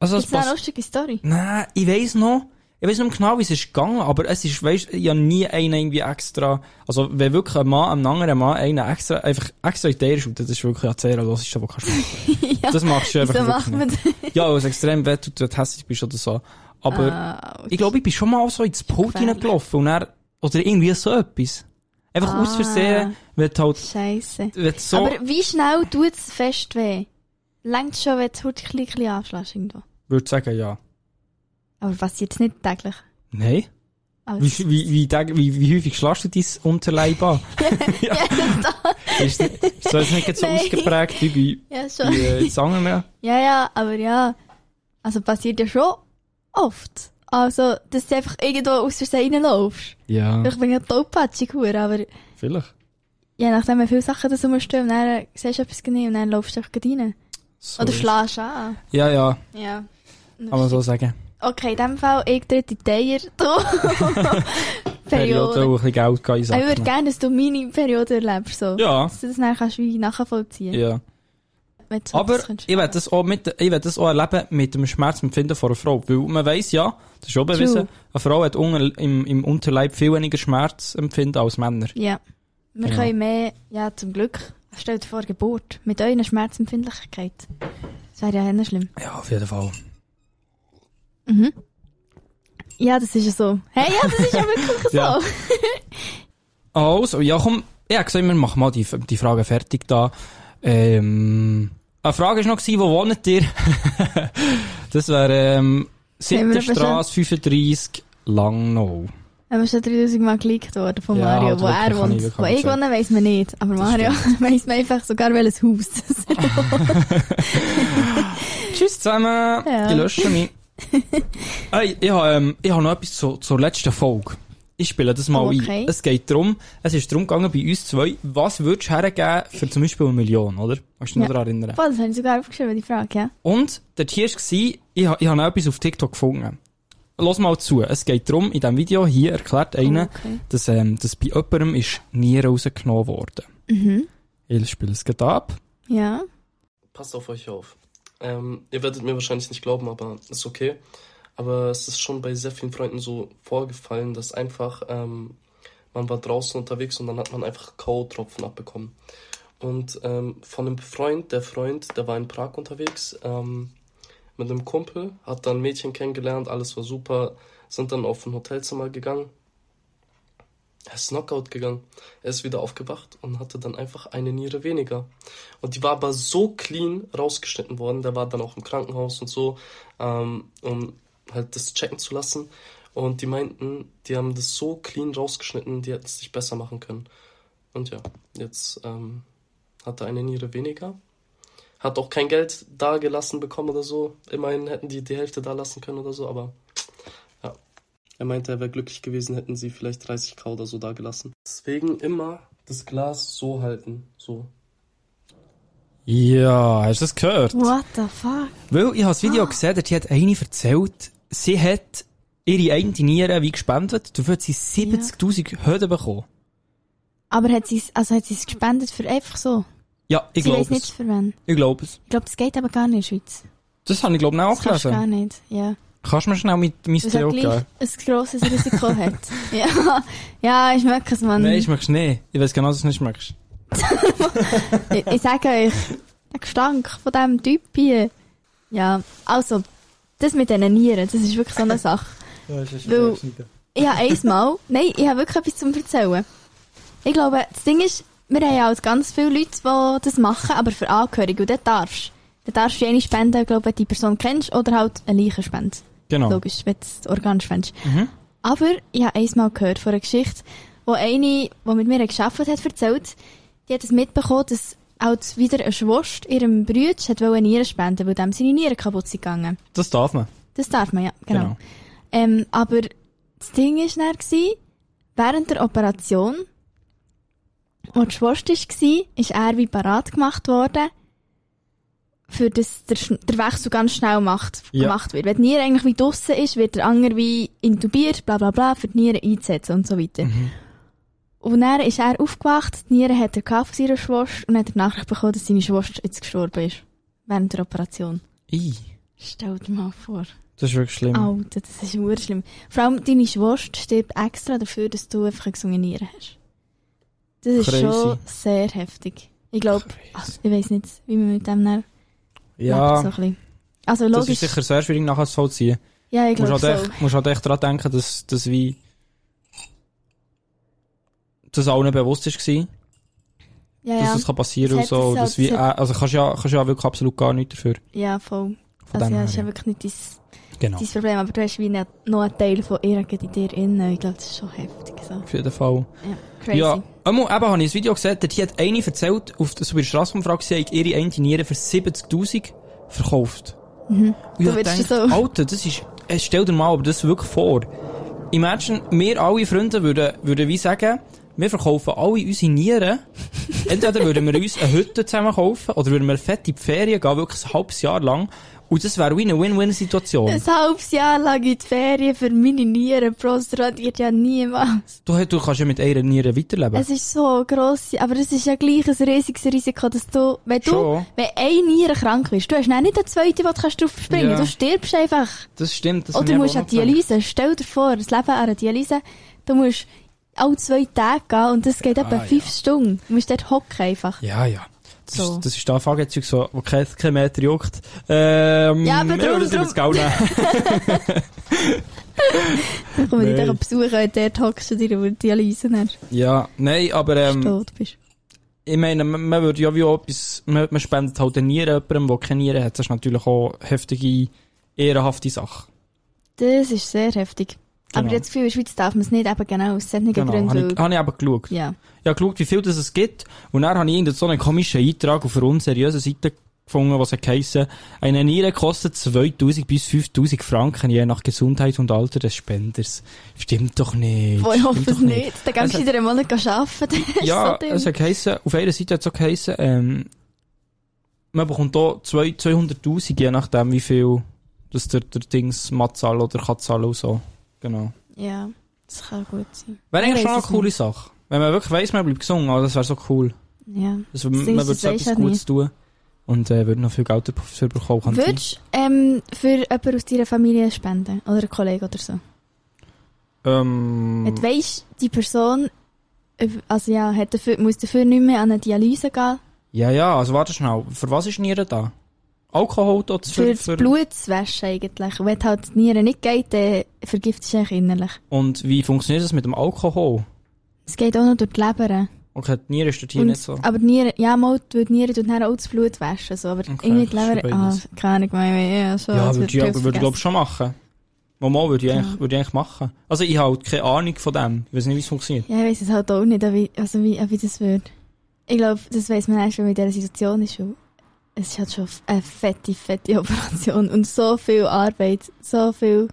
Speaker 4: Also
Speaker 3: Das
Speaker 4: es
Speaker 3: ist eine
Speaker 4: passt
Speaker 3: lustige Story.
Speaker 4: Nein, ich weiss noch, ich weiss noch genau, wie es ist gegangen, aber es ist, weiss, ich hab nie einen irgendwie extra, also wenn wirklich ein Mann einem anderen Mann einen extra, einfach extra in der Schule, das ist wirklich ein Zehrer, das ist aber kannst du
Speaker 3: Ja,
Speaker 4: Das machst du einfach
Speaker 3: Wieso
Speaker 4: wirklich
Speaker 3: macht man
Speaker 4: nicht.
Speaker 3: das?
Speaker 4: Ja, weil es extrem weh tut, wenn du hässlich bist oder so. Aber
Speaker 3: Ah,
Speaker 4: ich glaube, ich bin schon mal so ins Pult
Speaker 3: Gefährlich.
Speaker 4: hineingelaufen und dann, oder irgendwie so etwas. Einfach aus Versehen, wenn du halt,
Speaker 3: Scheiße.
Speaker 4: wenn du so...
Speaker 3: Ah. Aber wie schnell tut es fest weh? Längt schon, wenn du heute ein bisschen anschlägst irgendwo.
Speaker 4: würde sagen, ja.
Speaker 3: Aber passiert nicht täglich.
Speaker 4: Nein.
Speaker 3: Also,
Speaker 4: Wie, wie, wie, täglich- wie, wie häufig schlägst du dein Unterleib an? Ist nicht- so ist nicht gerade so
Speaker 3: Nein.
Speaker 4: ausgeprägt wie
Speaker 3: ja,
Speaker 4: bei
Speaker 3: schon.
Speaker 4: bei, äh, Sangen mehr.
Speaker 3: Ja, ja, aber ja. Also passiert ja schon oft. Also, dass du einfach irgendwo aus Versehen reinlaufst.
Speaker 4: Ja,
Speaker 3: Ich bin ja taubpatschig, Hure, aber...
Speaker 4: vielleicht.
Speaker 3: Ja, nachdem wir viele Sachen da rumstehen und dann siehst du etwas genau und dann laufst du einfach gleich rein.
Speaker 4: So
Speaker 3: Oder
Speaker 4: ist-
Speaker 3: schlägst an.
Speaker 4: Ja, ja,
Speaker 3: Ja.
Speaker 4: kann man so sagen.
Speaker 3: Okay, in dem Fall, ich dritte Teier.
Speaker 4: Periode, wo
Speaker 3: Periode.
Speaker 4: ein bisschen Geld gehen in
Speaker 3: Ich würde
Speaker 4: Sachen.
Speaker 3: gerne, dass du meine Periode erlebst. So.
Speaker 4: Ja,
Speaker 3: Dass du das dann kannst wie nachvollziehen
Speaker 4: ja.
Speaker 3: wenn du so
Speaker 4: Aber
Speaker 3: etwas könntest.
Speaker 4: ich werde das auch mit, ich will das auch erleben mit dem Schmerzempfinden von einer Frau. Weil man weiss ja, das ist schon bewiesen,
Speaker 3: True.
Speaker 4: eine Frau hat unter, im, im Unterleib viel weniger Schmerzempfinden als Männer.
Speaker 3: Ja. Wir
Speaker 4: Genau.
Speaker 3: können mehr, ja, zum Glück. Stell dir vor, Geburt. Mit eurer Schmerzempfindlichkeit. Das wäre ja eher schlimm.
Speaker 4: Ja, auf jeden Fall.
Speaker 3: Ja, das ist ja so. Hey, ja, das ist ja wirklich so.
Speaker 4: Ja. Also, ja komm, ich habe gesagt, wir machen mal die, die Frage fertig da. Ähm, eine Frage war noch, gewesen, wo wohnt ihr? das wäre ähm,
Speaker 3: Haben wir
Speaker 4: Sittenstrasse 35 Langnau.
Speaker 3: Er ist schon 3000 Mal geliked worden von
Speaker 4: Ja,
Speaker 3: Mario,
Speaker 4: halt
Speaker 3: wo
Speaker 4: wirklich,
Speaker 3: er
Speaker 4: kann ich
Speaker 3: wohnt.
Speaker 4: wirklich
Speaker 3: Wo
Speaker 4: nicht
Speaker 3: ich
Speaker 4: sagen.
Speaker 3: wohne, weiss man nicht. Aber Mario weiss man einfach sogar, welches Haus das ist.
Speaker 4: Tschüss zusammen,
Speaker 3: Ja.
Speaker 4: ich lösche mich. Ey, ich habe ähm, ich hab noch etwas zu, zur letzten Folge. Ich spiele das mal
Speaker 3: Oh, okay.
Speaker 4: ein. Es geht darum, es ist darum gegangen bei uns zwei, was würdest du hergeben für zum Beispiel eine Million, oder? Kannst du
Speaker 3: Ja.
Speaker 4: dich noch daran erinnern?
Speaker 3: Boah, das habe ich sogar aufgeschrieben, die Frage, ja.
Speaker 4: Und der Tier war, ich, ha- ich habe noch etwas auf TikTok gefunden. Lass mal zu. Es geht darum, in diesem Video hier erklärt einer,
Speaker 3: Okay.
Speaker 4: dass, ähm, dass bei jemandem ist nie rausgenommen worden.
Speaker 3: Mhm.
Speaker 4: Ich spiele es gerade ab.
Speaker 3: Ja.
Speaker 5: Passt auf euch auf. Ähm, ihr werdet mir wahrscheinlich nicht glauben, aber ist okay. Aber es ist schon bei sehr vielen Freunden so vorgefallen, dass einfach ähm, man war draußen unterwegs und dann hat man einfach K.O.-Tropfen abbekommen. Und ähm, von einem Freund, der Freund, der war in Prag unterwegs, ähm, mit einem Kumpel, hat dann ein Mädchen kennengelernt, alles war super, sind dann auf ein Hotelzimmer gegangen. Er ist Knockout gegangen. Er ist wieder aufgewacht und hatte dann einfach eine Niere weniger. Und die war aber so clean rausgeschnitten worden. Der war dann auch im Krankenhaus und so, ähm, um halt das checken zu lassen. Und die meinten, die haben das so clean rausgeschnitten, die hätten es nicht besser machen können. Und ja, jetzt ähm, hat er eine Niere weniger. Hat auch kein Geld da gelassen bekommen oder so. Immerhin hätten die die Hälfte da lassen können oder so, aber ja. Er meinte, er wäre glücklich gewesen, hätten sie vielleicht 30k oder so da gelassen. Deswegen immer das Glas so halten. So.
Speaker 4: Ja, hast du das gehört?
Speaker 3: What the fuck?
Speaker 4: Weil ich habe das
Speaker 3: Ah.
Speaker 4: Video gesehen, dort hat eine erzählt, sie hat ihre eigene Niere wie gespendet, dafür hat sie 70'000 Hürden bekommen.
Speaker 3: Aber hat sie es, also hat sie es gespendet für einfach so?
Speaker 4: Ja, ich
Speaker 3: sie weiss
Speaker 4: glaube
Speaker 3: nicht
Speaker 4: es.
Speaker 3: für wen.
Speaker 4: Ich glaube es.
Speaker 3: Ich glaube, das geht aber gar nicht in der Schweiz.
Speaker 4: Das habe ich glaube ich auch
Speaker 3: Das kannst du gar
Speaker 4: gelesen.
Speaker 3: nicht, ja.
Speaker 4: Kannst du mir schnell mit
Speaker 3: Weil
Speaker 4: mein
Speaker 3: es ja
Speaker 4: Theo
Speaker 3: gleich
Speaker 4: geben?
Speaker 3: ein grosses Risiko hat. Ja, ja ich merke es, Mann.
Speaker 4: Nein, ich mag's nicht. Ich weiß genau, dass du es nicht magst.
Speaker 3: ich, ich sage euch, der Gestank von diesem Typ hier. Ja, also, das mit diesen Nieren, das ist wirklich so eine Sache. Weil ich habe einmal, nein, ich habe wirklich etwas zum Erzählen. Ich glaube, das Ding ist, wir haben ja halt ganz viele Leute, die das machen, aber für Angehörige. Und dort darfst du. Dort darfst du eine spenden, glaube ich, die Person kennst oder halt eine Leiche spenden.
Speaker 4: Genau.
Speaker 3: Logisch, wenn du das Organ spendest.
Speaker 4: Mhm.
Speaker 3: Aber ich habe einmal gehört von einer Geschichte, wo eine, die mit mir geschafft hat, erzählt, die hat es mitbekommen, dass halt wieder eine Schwast ihrem Brütsch hat wollte Nieren spenden, weil dem seine Nieren kaputt sind gegangen.
Speaker 4: Das darf man.
Speaker 3: Das darf man, ja, genau.
Speaker 4: Genau.
Speaker 3: Ähm, aber das Ding war dann, gewesen, während der Operation, wo die Schwast war, ist er wie parat gemacht worden, für das der, Schn- der Wechsel ganz schnell macht,
Speaker 4: Ja.
Speaker 3: gemacht wird. Wenn die Niere eigentlich wie draussen ist, wird der andere wie intubiert, bla bla bla, für die Niere einzusetzen und so weiter. Und dann ist er aufgewacht, die Niere hat er gehabt von seiner Schwast und hat die Nachricht bekommen, dass seine Schwast jetzt gestorben ist. Während der Operation.
Speaker 4: Ih,
Speaker 3: Stell dir mal vor.
Speaker 4: das ist wirklich schlimm.
Speaker 3: Alter, das ist wirklich schlimm. Vor allem deine Schwast stirbt extra dus dafür, dass du einfach eine gesunde Niere hast. Das ist
Speaker 4: Crazy.
Speaker 3: schon sehr heftig. Ich glaube, also, ich weiß nicht, wie nou- man mit dem dann lebt, so
Speaker 4: ja, dus
Speaker 3: ein bisschen. Also
Speaker 4: das
Speaker 3: logisch.
Speaker 4: ist sicher sehr schwierig nachher zu vollziehen.
Speaker 3: ja, ich
Speaker 4: Du
Speaker 3: glaube
Speaker 4: musst halt
Speaker 3: so.
Speaker 4: echt, musst halt echt daran denken, dass, dass wie, dass allen bewusst ist gewesen,
Speaker 3: Ja,
Speaker 4: dass
Speaker 3: ja.
Speaker 4: das kann passieren und
Speaker 3: Das hat
Speaker 4: so.
Speaker 3: es halt-
Speaker 4: Dass wie, äh,
Speaker 3: das
Speaker 4: also kannst ja, kannst ja wirklich absolut gar nichts dafür.
Speaker 3: ja, voll.
Speaker 4: Von
Speaker 3: Also
Speaker 4: dem
Speaker 3: ja,
Speaker 4: her,
Speaker 3: das ist ja
Speaker 4: ja.
Speaker 3: wirklich nicht dein,
Speaker 4: Genau.
Speaker 3: dein Problem, aber du hast wie ne- noch einen Teil von ihr gerade in nou, dir innen. Ich glaube, das ist schon heftig. So.
Speaker 4: Auf jeden Fall.
Speaker 3: Ja, crazy.
Speaker 4: Ja, einmal, eben habe ich ein Video gesehen, dort hat eine erzählt, auf der, so bei der Strassenumfrage, sie hat ihre eine Niere für 70'000 verkauft. Mhm.
Speaker 3: Du würdest so-
Speaker 4: Alter, das ist, äh, stell dir mal aber das wirklich vor. Imagine, wir alle Freunde würden, würden wie sagen, wir verkaufen alle unsere Nieren. Entweder würden wir uns eine Hütte zusammen kaufen, oder würden wir fett in die Ferien gehen, wirklich ein halbes Jahr lang. Und das wäre wie eine Win-Win-Situation.
Speaker 3: Ein halbes Jahr lang in die Ferien für meine Nieren, Prost, radiert ja niemand.
Speaker 4: Du, du kannst ja mit einer Niere weiterleben.
Speaker 3: Es ist so gross, aber es ist ja gleich ein riesiges Risiko, dass du, wenn du,
Speaker 4: Schon.
Speaker 3: wenn eine Niere krank bist, du hast dann nicht eine zweite, die du kannst drauf springen
Speaker 4: Ja.
Speaker 3: du stirbst einfach.
Speaker 4: das stimmt. Das habe
Speaker 3: Oder
Speaker 4: ich
Speaker 3: du
Speaker 4: eben
Speaker 3: musst
Speaker 4: auch
Speaker 3: an
Speaker 4: noch gedacht.
Speaker 3: Dialyse, stell dir vor, das Leben an einer Dialyse, du musst alle zwei Tage gehen und das geht etwa
Speaker 4: Ah, ja.
Speaker 3: fünf Stunden. Du musst dort hocken einfach.
Speaker 4: Ja, ja. Das,
Speaker 3: So.
Speaker 4: ist, das ist die Anfahrzeug, so, wo kein, kein Meter juckt. Ähm,
Speaker 3: Ja, aber
Speaker 4: wir
Speaker 3: drum-
Speaker 4: würden
Speaker 3: drum-
Speaker 4: das Gaul nehmen.
Speaker 3: Dann kommen wir
Speaker 4: Nein.
Speaker 3: dich besuchen und dort hockst du dir, wo die Dialyse dann
Speaker 4: ja, nein, aber ähm,
Speaker 3: tot bist.
Speaker 4: ich meine, man, man würde ja wie auch etwas, man, man spendet halt eine Niere jemandem, der keine Niere hat. Das ist natürlich auch eine heftige, ehrenhafte Sache.
Speaker 3: Das ist sehr heftig. Aber
Speaker 4: Genau.
Speaker 3: jetzt Gefühl, in der Schweiz darf man es nicht, eben genau aus solchen
Speaker 4: Genau, habe
Speaker 3: Gründen.
Speaker 4: ich,
Speaker 3: weil-
Speaker 4: hab ich eben geschaut.
Speaker 3: Ja.
Speaker 4: Ich habe geschaut, wie viel das es gibt und dann habe ich irgendeinen so einen komischen Eintrag auf einer unseriösen Seite gefunden, was hat geheissen, eine Niere kostet 2000 bis 5000 Franken, je nach Gesundheit und Alter des Spenders. Stimmt doch nicht.
Speaker 3: Wo ich hoffe
Speaker 4: Stimmt
Speaker 3: es
Speaker 4: doch
Speaker 3: nicht. Dann kannst du
Speaker 4: Also-
Speaker 3: wieder einen Monat arbeiten. Das ist
Speaker 4: Ja, also
Speaker 3: so dumm.
Speaker 4: es hat geheissen, auf einer Seite hat es auch geheissen, ähm, man bekommt hier 200.000, je nachdem, wie viel das der, der Dings mal zahlen oder kann zahlen und so. Genau.
Speaker 3: ja, das kann gut sein.
Speaker 4: Wäre eigentlich
Speaker 3: Ich
Speaker 4: schon
Speaker 3: weiss
Speaker 4: eine
Speaker 3: es
Speaker 4: coole Sache. Wenn man wirklich weiss, man bleibt gesungen, also das wäre so cool.
Speaker 3: Ja.
Speaker 4: Das, man
Speaker 3: Siehst,
Speaker 4: würde
Speaker 3: das
Speaker 4: so
Speaker 3: weiss
Speaker 4: etwas
Speaker 3: halt
Speaker 4: Gutes tun und äh, würde noch viel Geld dafür bekommen. kann sein.
Speaker 3: Würdest du ähm, für jemanden aus deiner Familie spenden? Oder einen Kollegen oder so?
Speaker 4: Ähm,
Speaker 3: Wenn du weisst, die Person äh, also ja, hat dafür, muss dafür nicht mehr an eine Dialyse gehen,
Speaker 4: ja, ja, also warte schnell. Für was ist Nieren da? Alkohol dort
Speaker 3: für, das Blut zu waschen eigentlich. Und wenn du halt die Niere nicht geht, dann vergiftest du dich innerlich.
Speaker 4: Und wie funktioniert das mit dem Alkohol?
Speaker 3: Es geht auch noch durch die Leber.
Speaker 4: Okay, die Niere ist dort hier
Speaker 3: Und-
Speaker 4: nicht so.
Speaker 3: Aber die Niere, ja mal, weil die Niere tut dann auch das Blut waschen. So. Aber
Speaker 4: Okay,
Speaker 3: irgendwie die
Speaker 4: das ist
Speaker 3: Leber,
Speaker 4: schon
Speaker 3: ah,
Speaker 4: beides.
Speaker 3: keine Ahnung, meine, ja, so.
Speaker 4: Ja,
Speaker 3: das
Speaker 4: würde
Speaker 3: wird
Speaker 4: Ah, ich,
Speaker 3: viel
Speaker 4: aber- würde ich
Speaker 3: vergessen.
Speaker 4: glaube schon machen. Mal würde ich, eigentlich, würde ich eigentlich machen. Also ich habe halt keine Ahnung von dem. Ich weiß nicht, wie es funktioniert.
Speaker 3: Ja, ich weiß es halt auch nicht, ob ich, also wie, ob ich das würde. Ich glaube, das weiß man erst, wenn man in dieser Situation ist. weil Es ist halt schon eine fette, fette Operation und so viel Arbeit, so viel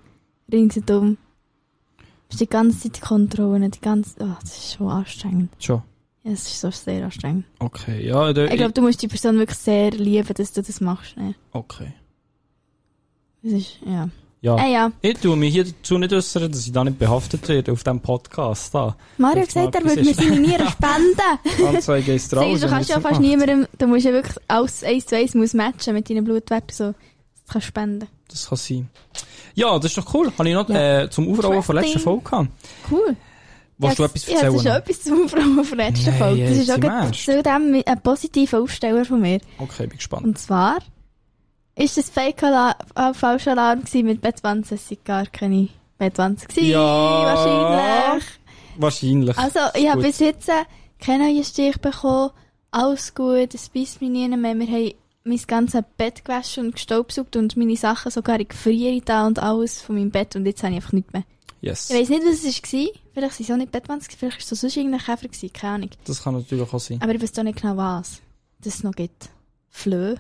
Speaker 3: ringsherum. Du hast die ganze Zeit die Kontrolle, die ganze... Oh, das ist schon anstrengend.
Speaker 4: Schon.
Speaker 3: Ja, es ist so sehr anstrengend.
Speaker 4: Okay, ja, da,
Speaker 3: Ich glaube, du musst die Person wirklich sehr lieben, dass du das machst. Ne?
Speaker 4: Okay.
Speaker 3: Das ist, ja.
Speaker 4: Ja.
Speaker 3: Ah ja,
Speaker 4: Ich tue mich hier dazu nicht äußern, dass ich da nicht behaftet werde auf diesem Podcast. Da.
Speaker 3: Mario hat
Speaker 4: Jetzt mal
Speaker 3: gesagt, er
Speaker 4: etwas
Speaker 3: würde mir
Speaker 4: ist.
Speaker 3: seine Nieren spenden.
Speaker 4: Anzeige ist
Speaker 3: Siehst
Speaker 4: raus.
Speaker 3: du, du
Speaker 4: wenn
Speaker 3: kannst
Speaker 4: ich
Speaker 3: ja
Speaker 4: das
Speaker 3: fast
Speaker 4: mache.
Speaker 3: niemandem, du musst ja wirklich alles eins zu eins muss matchen mit deinen Blutwerten, so. Das kannst du spenden.
Speaker 4: Das kann sein. Ja, das ist doch cool. Habe ich noch
Speaker 3: Ja.
Speaker 4: äh, zum Aufrollen von der letzten
Speaker 3: Crafting.
Speaker 4: Folge gehabt.
Speaker 3: Cool.
Speaker 4: Willst du
Speaker 3: Ja,
Speaker 4: etwas
Speaker 3: Ja, das ist auch
Speaker 4: erzählen?
Speaker 3: etwas zum Aufraum von der letzten
Speaker 4: Nein,
Speaker 3: Folge. Das
Speaker 4: jetzt
Speaker 3: ist auch
Speaker 4: im
Speaker 3: gerade
Speaker 4: Ernst?
Speaker 3: zu dem ein positiver Aufsteller von mir.
Speaker 4: Okay, bin gespannt.
Speaker 3: Und zwar ist das Fake-Falschalarm mit B20. Es sind gar keine B20 gewesen,
Speaker 4: Ja.
Speaker 3: wahrscheinlich.
Speaker 4: Wahrscheinlich.
Speaker 3: Also, ich habe
Speaker 4: Gut.
Speaker 3: bis jetzt äh, keinen neuen Stich bekommen. Alles gut, es beißt mich nie mehr. Wir haben mein ganzes Bett gewaschen und gestaubsaugt und meine Sachen sogar in die Gefriere da und alles von meinem Bett und jetzt habe ich einfach nichts mehr.
Speaker 4: Yes.
Speaker 3: Ich weiss nicht, was es war. Vielleicht sind es auch nicht Bettwanzen, vielleicht war es sonst irgendein Käfer, gewesen, keine Ahnung.
Speaker 4: Das kann natürlich auch sein.
Speaker 3: Aber ich weiss auch nicht genau, was es noch gibt. Flöhe?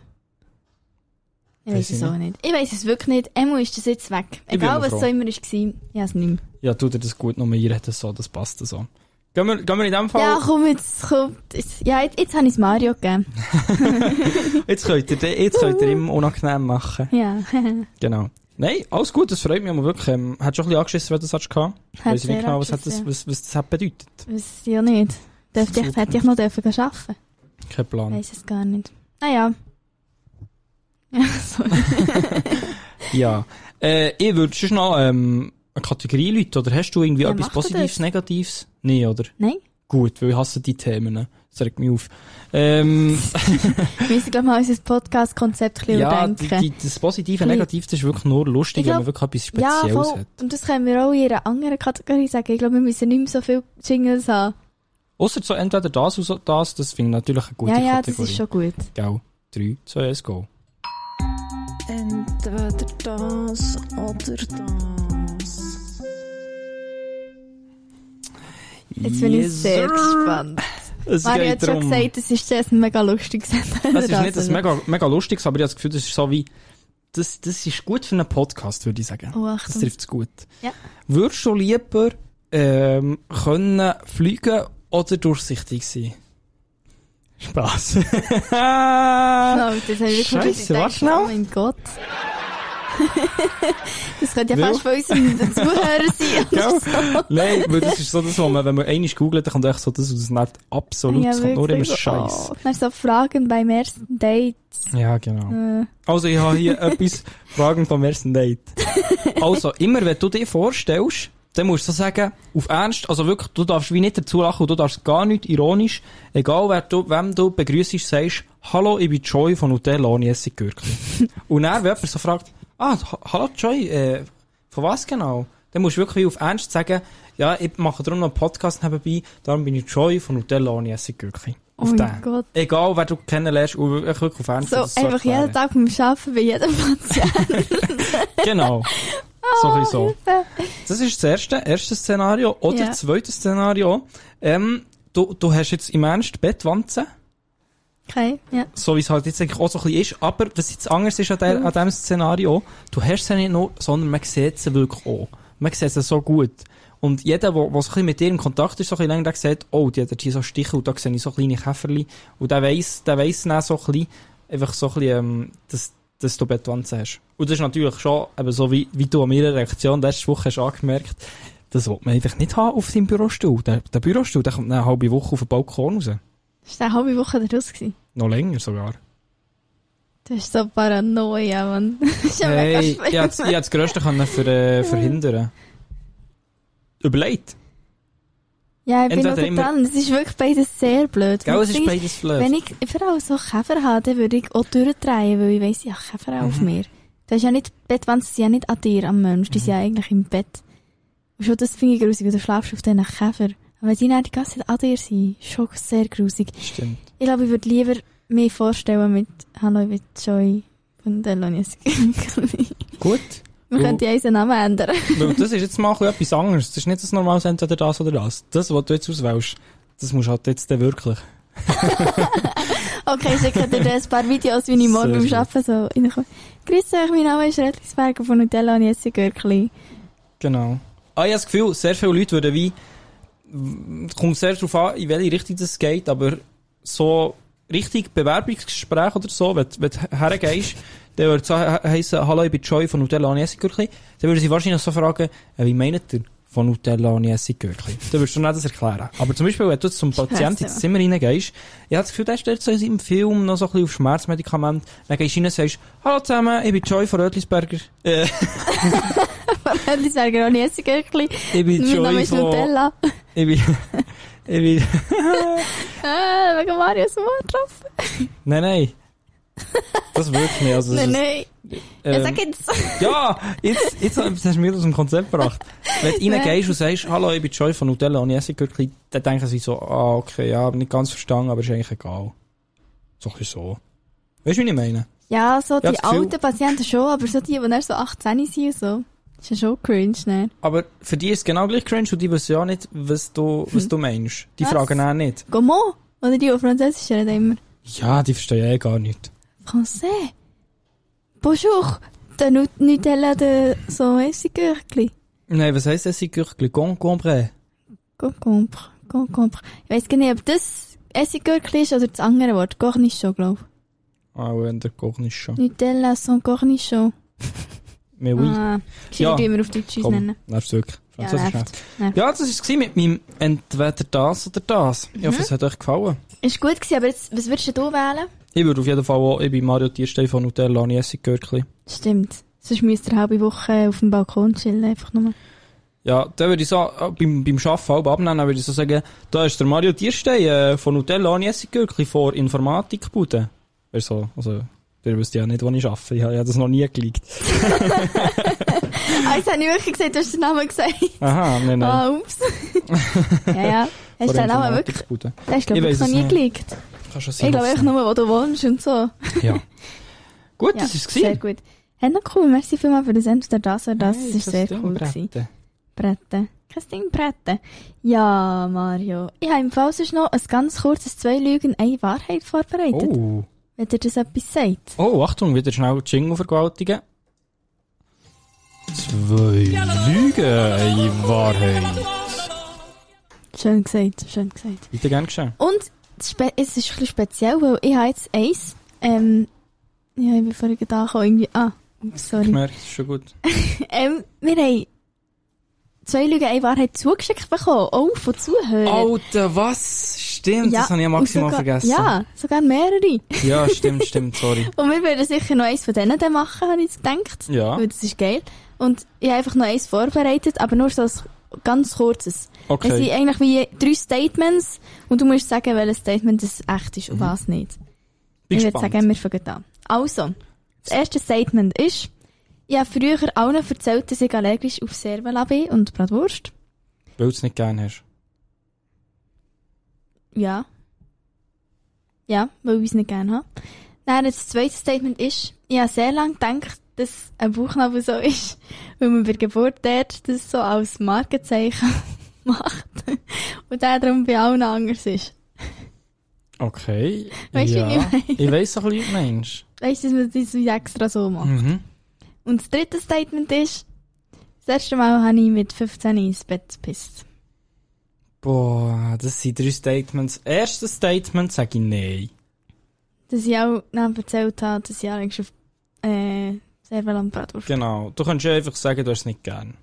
Speaker 3: Ich
Speaker 4: Weiss
Speaker 3: weiss es
Speaker 4: ich
Speaker 3: auch nicht. Ich weiss es wirklich nicht. Emo ist das jetzt weg.
Speaker 4: bin
Speaker 3: Egal,
Speaker 4: auch
Speaker 3: was
Speaker 4: froh.
Speaker 3: es so immer war, ich habe es nicht mehr.
Speaker 4: Ja, tut dir das gut, nur ihr hättet so, das passt so. Gehen wir, gehen wir in dem Fall...
Speaker 3: Ja, komm, jetzt kommt... Jetzt, ja, jetzt, jetzt habe ich es Mario gegeben.
Speaker 4: Jetzt könnt ihr, den- jetzt könnt ihr immer unangenehm machen.
Speaker 3: Ja.
Speaker 4: Genau. Nein, alles gut, das freut mich aber wirklich. Ähm, hat schon ein bisschen angeschissen, wenn du das hattest gehabt.
Speaker 3: Hat
Speaker 4: Weiß ich nicht
Speaker 3: sehr
Speaker 4: genau, was, hat das,
Speaker 3: angeschissen,
Speaker 4: was, was das hat bedeutet.
Speaker 3: ja. Weiss ich ja nicht. Dürfte ich,
Speaker 4: Super.
Speaker 3: hätte ich noch dürfen gehen arbeiten
Speaker 4: Kein Plan.
Speaker 3: Weiss es gar nicht. Naja. Ja, sorry.
Speaker 4: Ja. Äh, ich würde schon noch ähm, eine Kategorie Leute, oder hast du irgendwie
Speaker 3: Ja,
Speaker 4: etwas
Speaker 3: macht ihr
Speaker 4: Positives,
Speaker 3: das?
Speaker 4: Negatives? Nein, oder?
Speaker 3: Nein?
Speaker 4: Gut, weil ich hasse die Themen. ne? Das regt mich auf. Ähm,
Speaker 3: Wir müssen, glaube ich, mal unser Podcast-Konzept ein bisschen
Speaker 4: ja, die,
Speaker 3: überdenken.
Speaker 4: die, das Positive,
Speaker 3: Ein bisschen-
Speaker 4: Negative, das ist wirklich nur lustig,
Speaker 3: Hm. Ich glaub-
Speaker 4: wenn man wirklich etwas
Speaker 3: Ja,
Speaker 4: Spezielles
Speaker 3: voll.
Speaker 4: hat.
Speaker 3: Und das können wir auch in einer anderen Kategorie sagen. Ich glaube, wir müssen nicht mehr so viele Jingles haben.
Speaker 4: Ausser so entweder das oder das, das finde ich natürlich eine gute
Speaker 3: ja, ja,
Speaker 4: Kategorie.
Speaker 3: das ist schon gut.
Speaker 4: Gell? 3, 2, 1, go.
Speaker 6: Entweder das oder das.
Speaker 3: Jetzt bin ich sehr gespannt.
Speaker 4: Es
Speaker 3: Mario
Speaker 4: geht
Speaker 3: hat schon
Speaker 4: darum-
Speaker 3: gesagt, es ist jetzt ein mega lustiges
Speaker 4: Das ist nicht das mega, mega Lustiges, aber ich habe das Gefühl, das ist so wie, das, das ist gut für einen Podcast, würde ich sagen.
Speaker 3: Oh,
Speaker 4: das
Speaker 3: Achtung.
Speaker 4: trifft es gut.
Speaker 3: Ja.
Speaker 4: Würdest du lieber ähm, können fliegen oder durchsichtig sein? Spass.
Speaker 3: Genau, das habe ich wirklich
Speaker 4: Scheisse,
Speaker 3: gedacht,
Speaker 4: warte schnell.
Speaker 3: Oh mein Gott. das könnte ja
Speaker 4: Weil-
Speaker 3: fast von unseren Zuhörern sein.
Speaker 4: Gell? Nein, weil das ist so das, was man, wenn man einmal googelt, dann kommt echt so das und das nervt absolut. das kommt nur immer
Speaker 3: wirklich.
Speaker 4: Scheiß.
Speaker 3: Oh, Dann so Fragen beim ersten Date.
Speaker 4: Ja, genau.
Speaker 3: Äh,
Speaker 4: Also, ich habe hier etwas Fragen vom ersten Date. Also, immer wenn du dir vorstellst, dann musst du so sagen, auf Ernst, also wirklich, du darfst wie nicht dazu lachen, und du darfst gar nicht ironisch, egal wer du, wem du begrüßt, sagst, hallo, ich bin Joy von Hotel ohne Essig Gürkli. und dann, wenn jemand so fragt, ah, ha- hallo Joy, äh, von was genau? Dann musst du wirklich auf Ernst sagen, ja, ich mache darum noch einen Podcast nebenbei, darum bin ich Joy von Hotel ohne Essig Gürkli. Auf
Speaker 3: Oh mein
Speaker 4: den.
Speaker 3: Gott.
Speaker 4: Egal, wer du kennenlernst, und wirklich auf Ernst.
Speaker 3: so,
Speaker 4: das
Speaker 3: einfach
Speaker 4: erklären.
Speaker 3: jeden Tag beim Arbeiten bei jedem Patienten.
Speaker 4: Genau.
Speaker 3: Oh,
Speaker 4: So ein bisschen so.
Speaker 3: Hilfe.
Speaker 4: Das ist das erste, erste Szenario. Oder
Speaker 3: Ja.
Speaker 4: das zweite Szenario. Ähm, du, du hast jetzt im Ernst Bettwanzen
Speaker 3: Okay, ja.
Speaker 4: so wie es halt jetzt eigentlich auch so ein bisschen ist. Aber was jetzt anders ist an, der, an diesem Szenario, du hast sie nicht nur, sondern man sieht sie wirklich auch. Man sieht sie so gut. Und jeder, der der so ein bisschen mit dir in Kontakt ist, so ein bisschen länger, der sieht, oh, die hat jetzt hier so Stiche und da sehe ich so kleine Käferli. Und der weiss, der weiss dann so ein bisschen, einfach so ein bisschen, ähm, dass, dass du Bettwanze hast. Und das ist natürlich schon, eben so wie, wie du an meiner Reaktion letzte Woche hast angemerkt, das will man einfach nicht haben auf seinem Bürostuhl. Der, der Bürostuhl, der kommt dann eine halbe Woche auf den Balkon raus.
Speaker 3: Ist eine halbe Woche daraus gewesen.
Speaker 4: Noch länger sogar.
Speaker 3: Du bist so Paranoia, Mann. Das ist ja mega
Speaker 4: Hey, ich
Speaker 3: schlimm.
Speaker 4: hätte ich hätte das Größte können ver, äh, verhindern Überlegt.
Speaker 3: Ja, ich bin
Speaker 4: Entweder
Speaker 3: noch
Speaker 4: immer-
Speaker 3: dran. Es ist wirklich beides sehr blöd.
Speaker 4: Gell,
Speaker 3: Und
Speaker 4: es
Speaker 3: das
Speaker 4: ist
Speaker 3: Ding
Speaker 4: beides blöd.
Speaker 3: Wenn ich überall so Käfer habe, dann würde ich auch durchdrehen, weil ich weiss, ich habe Käfer auf mir. Das ist ja nicht, die Bettwanzen sind ja nicht an dir, am Mensch, die sind ja eigentlich im Bett. Und schon das finde ich grusig, weil du schlafst auf diesen Käfer. Aber wenn die dann die ganze Zeit an dir sind, schon sehr grusig.
Speaker 4: Stimmt.
Speaker 3: Ich glaube, ich würde lieber mich vorstellen mit Hallo, ich bin Joy von Delonius.
Speaker 4: Gut.
Speaker 3: Man
Speaker 4: Du-
Speaker 3: könnte ja unseren Namen ändern.
Speaker 4: Weil das ist jetzt mal ein bisschen etwas anderes. Das ist nicht das normales entweder das oder das. Das, was du jetzt auswählst, das musst du halt jetzt dann wirklich.
Speaker 3: Okay, schickt dir dann ein paar Videos, wie ich morgen
Speaker 4: Sehr
Speaker 3: beim
Speaker 4: gut.
Speaker 3: Arbeiten so reinkomme. Grüß euch, mein Name ist Redlisberger von Nutella und jetzt Gürkli.
Speaker 4: Genau. Ah, ich habe das Gefühl, sehr viele Leute würden wie, es kommt sehr darauf an, in welche Richtung das geht, aber so richtig Bewerbungsgespräch oder so, wenn, du- wenn du hergehst, dann würde es so he- heissen, hallo, ich bin Joy von Nutella und Essigürkli. Dann würden sie wahrscheinlich so fragen, «Äh, wie meint ihr von Nutella und Essigürkli? Dann würdest du nicht das erklären. Aber zum Beispiel, wenn du jetzt zum Patienten ins Zimmer reingehst, ich habe das Gefühl, der steht so in seinem Film noch so ein bisschen auf Schmerzmedikament, dann gehst du rein und sagst, hallo zusammen, ich bin Joy von Rötlisberger. Äh,
Speaker 3: Redlisberger und jetzt Gürkli.
Speaker 4: ich bin
Speaker 3: Mein Name
Speaker 4: Joy
Speaker 3: ist
Speaker 4: von...
Speaker 3: Nutella.
Speaker 4: Ich bin, ich bin,
Speaker 3: Ah, wegen Marius Wort drauf.
Speaker 4: nein, nein. Das wirkt nicht. Also, das
Speaker 3: Nein,
Speaker 4: ist,
Speaker 3: nein. Ja,
Speaker 4: Ähm,
Speaker 3: sag jetzt.
Speaker 4: ja, jetzt, jetzt hast du mich aus dem Konzept gebracht. Wenn du reingehst und sagst, hallo, ich bin Joy von Nutella und ich esse Gürkli, dann denken sie so, ah, okay, ja, hab nicht ganz verstanden, aber ist eigentlich egal. So ein bisschen so. Weißt du, wie ich meine?
Speaker 3: Ja, so
Speaker 4: das
Speaker 3: die
Speaker 4: Gefühl-
Speaker 3: alten Patienten schon, aber so die, die dann so 18 sind und so. Ist ja schon cringe, ne?
Speaker 4: Aber für die ist es genau gleich cringe und die wissen ja nicht, was du, was du meinst. Die
Speaker 3: Hm. Was?
Speaker 4: fragen auch nicht.
Speaker 3: Gomo? Oder die, die Französisch reden immer.
Speaker 4: Ja, die verstehen ja eh gar nicht.
Speaker 3: Français. Bonjour. Der Nut Nutella, der so esse Gürkli.
Speaker 4: Nein, was heisst das, Gürkli? Concombre?
Speaker 3: Concombre. Concombre. Ich weiss gar nicht, ob das esse Gürkli ist oder das andere Wort. Cornichon, glaube
Speaker 4: Ah, wenn der Koch nicht schon.
Speaker 3: ich. Nutella sans Cornichon.
Speaker 4: Mais oui.
Speaker 3: Ah,
Speaker 4: Ja.
Speaker 3: ja. die wir auf Deutsch nennen.
Speaker 4: nervt wirklich.
Speaker 3: Ja, nervt.
Speaker 4: Französisch nervt.
Speaker 3: Nervt.
Speaker 4: Ja, das war es mit meinem Entweder das oder das. Ich
Speaker 3: Mhm.
Speaker 4: hoffe, es hat euch gefallen.
Speaker 3: Ist gut gewesen, aber jetzt, was würdest du wählen?
Speaker 4: Ich würde auf jeden Fall auch, ich bin Mario Tierstein von Nutella und Jessig Görkli.
Speaker 3: Stimmt. Sonst müsst ihr eine halbe Woche auf dem Balkon chillen, einfach nur.
Speaker 4: Ja, dann würde ich so, äh, beim, beim Arbeiten halb abnehmen, dann würde ich so sagen, da ist der Mario Tierstein äh, von Nutella und Jessig Görkli vor Informatikbude. Wäre so, also, ihr wisst ja nicht, wo ich arbeite. Ich habe ja das noch nie geleakt.
Speaker 3: Ah, jetzt habe ich wirklich gesagt, du hast den Namen gesagt.
Speaker 4: Aha, nein, nein.
Speaker 3: Ah, ups. ja, ja. Hast du
Speaker 4: Vor
Speaker 3: den Namen wirklich,
Speaker 4: Informatikbude.
Speaker 3: den hast du, glaube
Speaker 4: Ich
Speaker 3: ich, wirklich
Speaker 4: weiss
Speaker 3: noch
Speaker 4: es
Speaker 3: nie
Speaker 4: nicht.
Speaker 3: gelegt.
Speaker 4: Kann schon sein,
Speaker 3: Ich glaube
Speaker 4: dass-
Speaker 3: einfach nur, wo du wohnst und so.
Speaker 4: Ja. Gut,
Speaker 3: Ja,
Speaker 4: das ist es.
Speaker 3: Sehr gut. Hey, noch cool. Merci vielmals für das Entweder das oder das.
Speaker 4: Hey,
Speaker 3: das war sehr
Speaker 4: Ding
Speaker 3: cool.
Speaker 4: bretten.
Speaker 3: Gewesen. Bretten. Kein Ding, Bretten. Ja, Mario. Ich habe im Fall sonst noch ein ganz kurzes Zwei Lügen, eine Wahrheit vorbereitet.
Speaker 4: Oh.
Speaker 3: Wenn dir das etwas sagt.
Speaker 4: Oh, Achtung, wieder schnell Jingle vergewaltigen. Zwei Lügen, eine Wahrheit.
Speaker 3: Schön gesagt, schön gesagt.
Speaker 4: Bitte gern geschehen.
Speaker 3: Und das Spe- es ist ein bisschen speziell, weil ich habe jetzt eins, ähm, ja, ich bin vorhin gedacht, irgendwie, ah, ups,
Speaker 4: Ich
Speaker 3: sorry.
Speaker 4: merke, es ist schon gut.
Speaker 3: Ähm, wir haben zwei Lügen, eine Wahrheit zugeschickt bekommen, auch von Zuhörern.
Speaker 4: Alter, was? Stimmt, Oh, das habe ich ja
Speaker 3: und
Speaker 4: maximal
Speaker 3: sogar,
Speaker 4: vergessen.
Speaker 3: Ja, sogar mehrere.
Speaker 4: ja, stimmt, stimmt, sorry.
Speaker 3: Und wir würden sicher noch eins von denen dann machen, habe ich jetzt gedacht.
Speaker 4: Ja.
Speaker 3: Weil das ist geil. Und ich habe einfach noch eins vorbereitet, aber nur so ein ganz kurzes. Es sind
Speaker 4: Okay.
Speaker 3: eigentlich wie drei Statements und du musst sagen, welches Statement das echt ist und
Speaker 4: Mhm.
Speaker 3: was nicht.
Speaker 4: Bin
Speaker 3: ich würde
Speaker 4: gespannt.
Speaker 3: sagen, wir fangen an. Also, das erste Statement ist, ich habe früher allen erzählt, dass ich allergisch auf Servola bin und Bratwurst.
Speaker 4: Weil du es nicht gern hast.
Speaker 3: Ja. Ja, weil ich es nicht gerne habe. Dann das zweite Statement ist, ich habe sehr lange gedacht, dass ein Bauchnabel so ist, weil man bei der Geburt dort das so als Markenzeichen macht und der darum bei allen anders ist.
Speaker 4: Okay.
Speaker 3: Weißt du,
Speaker 4: ja.
Speaker 3: wie ich meine?
Speaker 4: Ich weiss doch, wie du meinst.
Speaker 3: Weißt du, dass man das wie extra so macht?
Speaker 4: Mhm.
Speaker 3: Und das dritte Statement ist, das erste Mal habe ich mit 15 ins Bett gepisst.
Speaker 4: Boah, das sind drei Statements. Erstes Statement sage ich nein.
Speaker 3: Dass ich auch neben erzählt habe, dass ich eigentlich auf äh, Serverland Bratwurst
Speaker 4: Genau. Du kannst ja einfach sagen, du hast es nicht gern.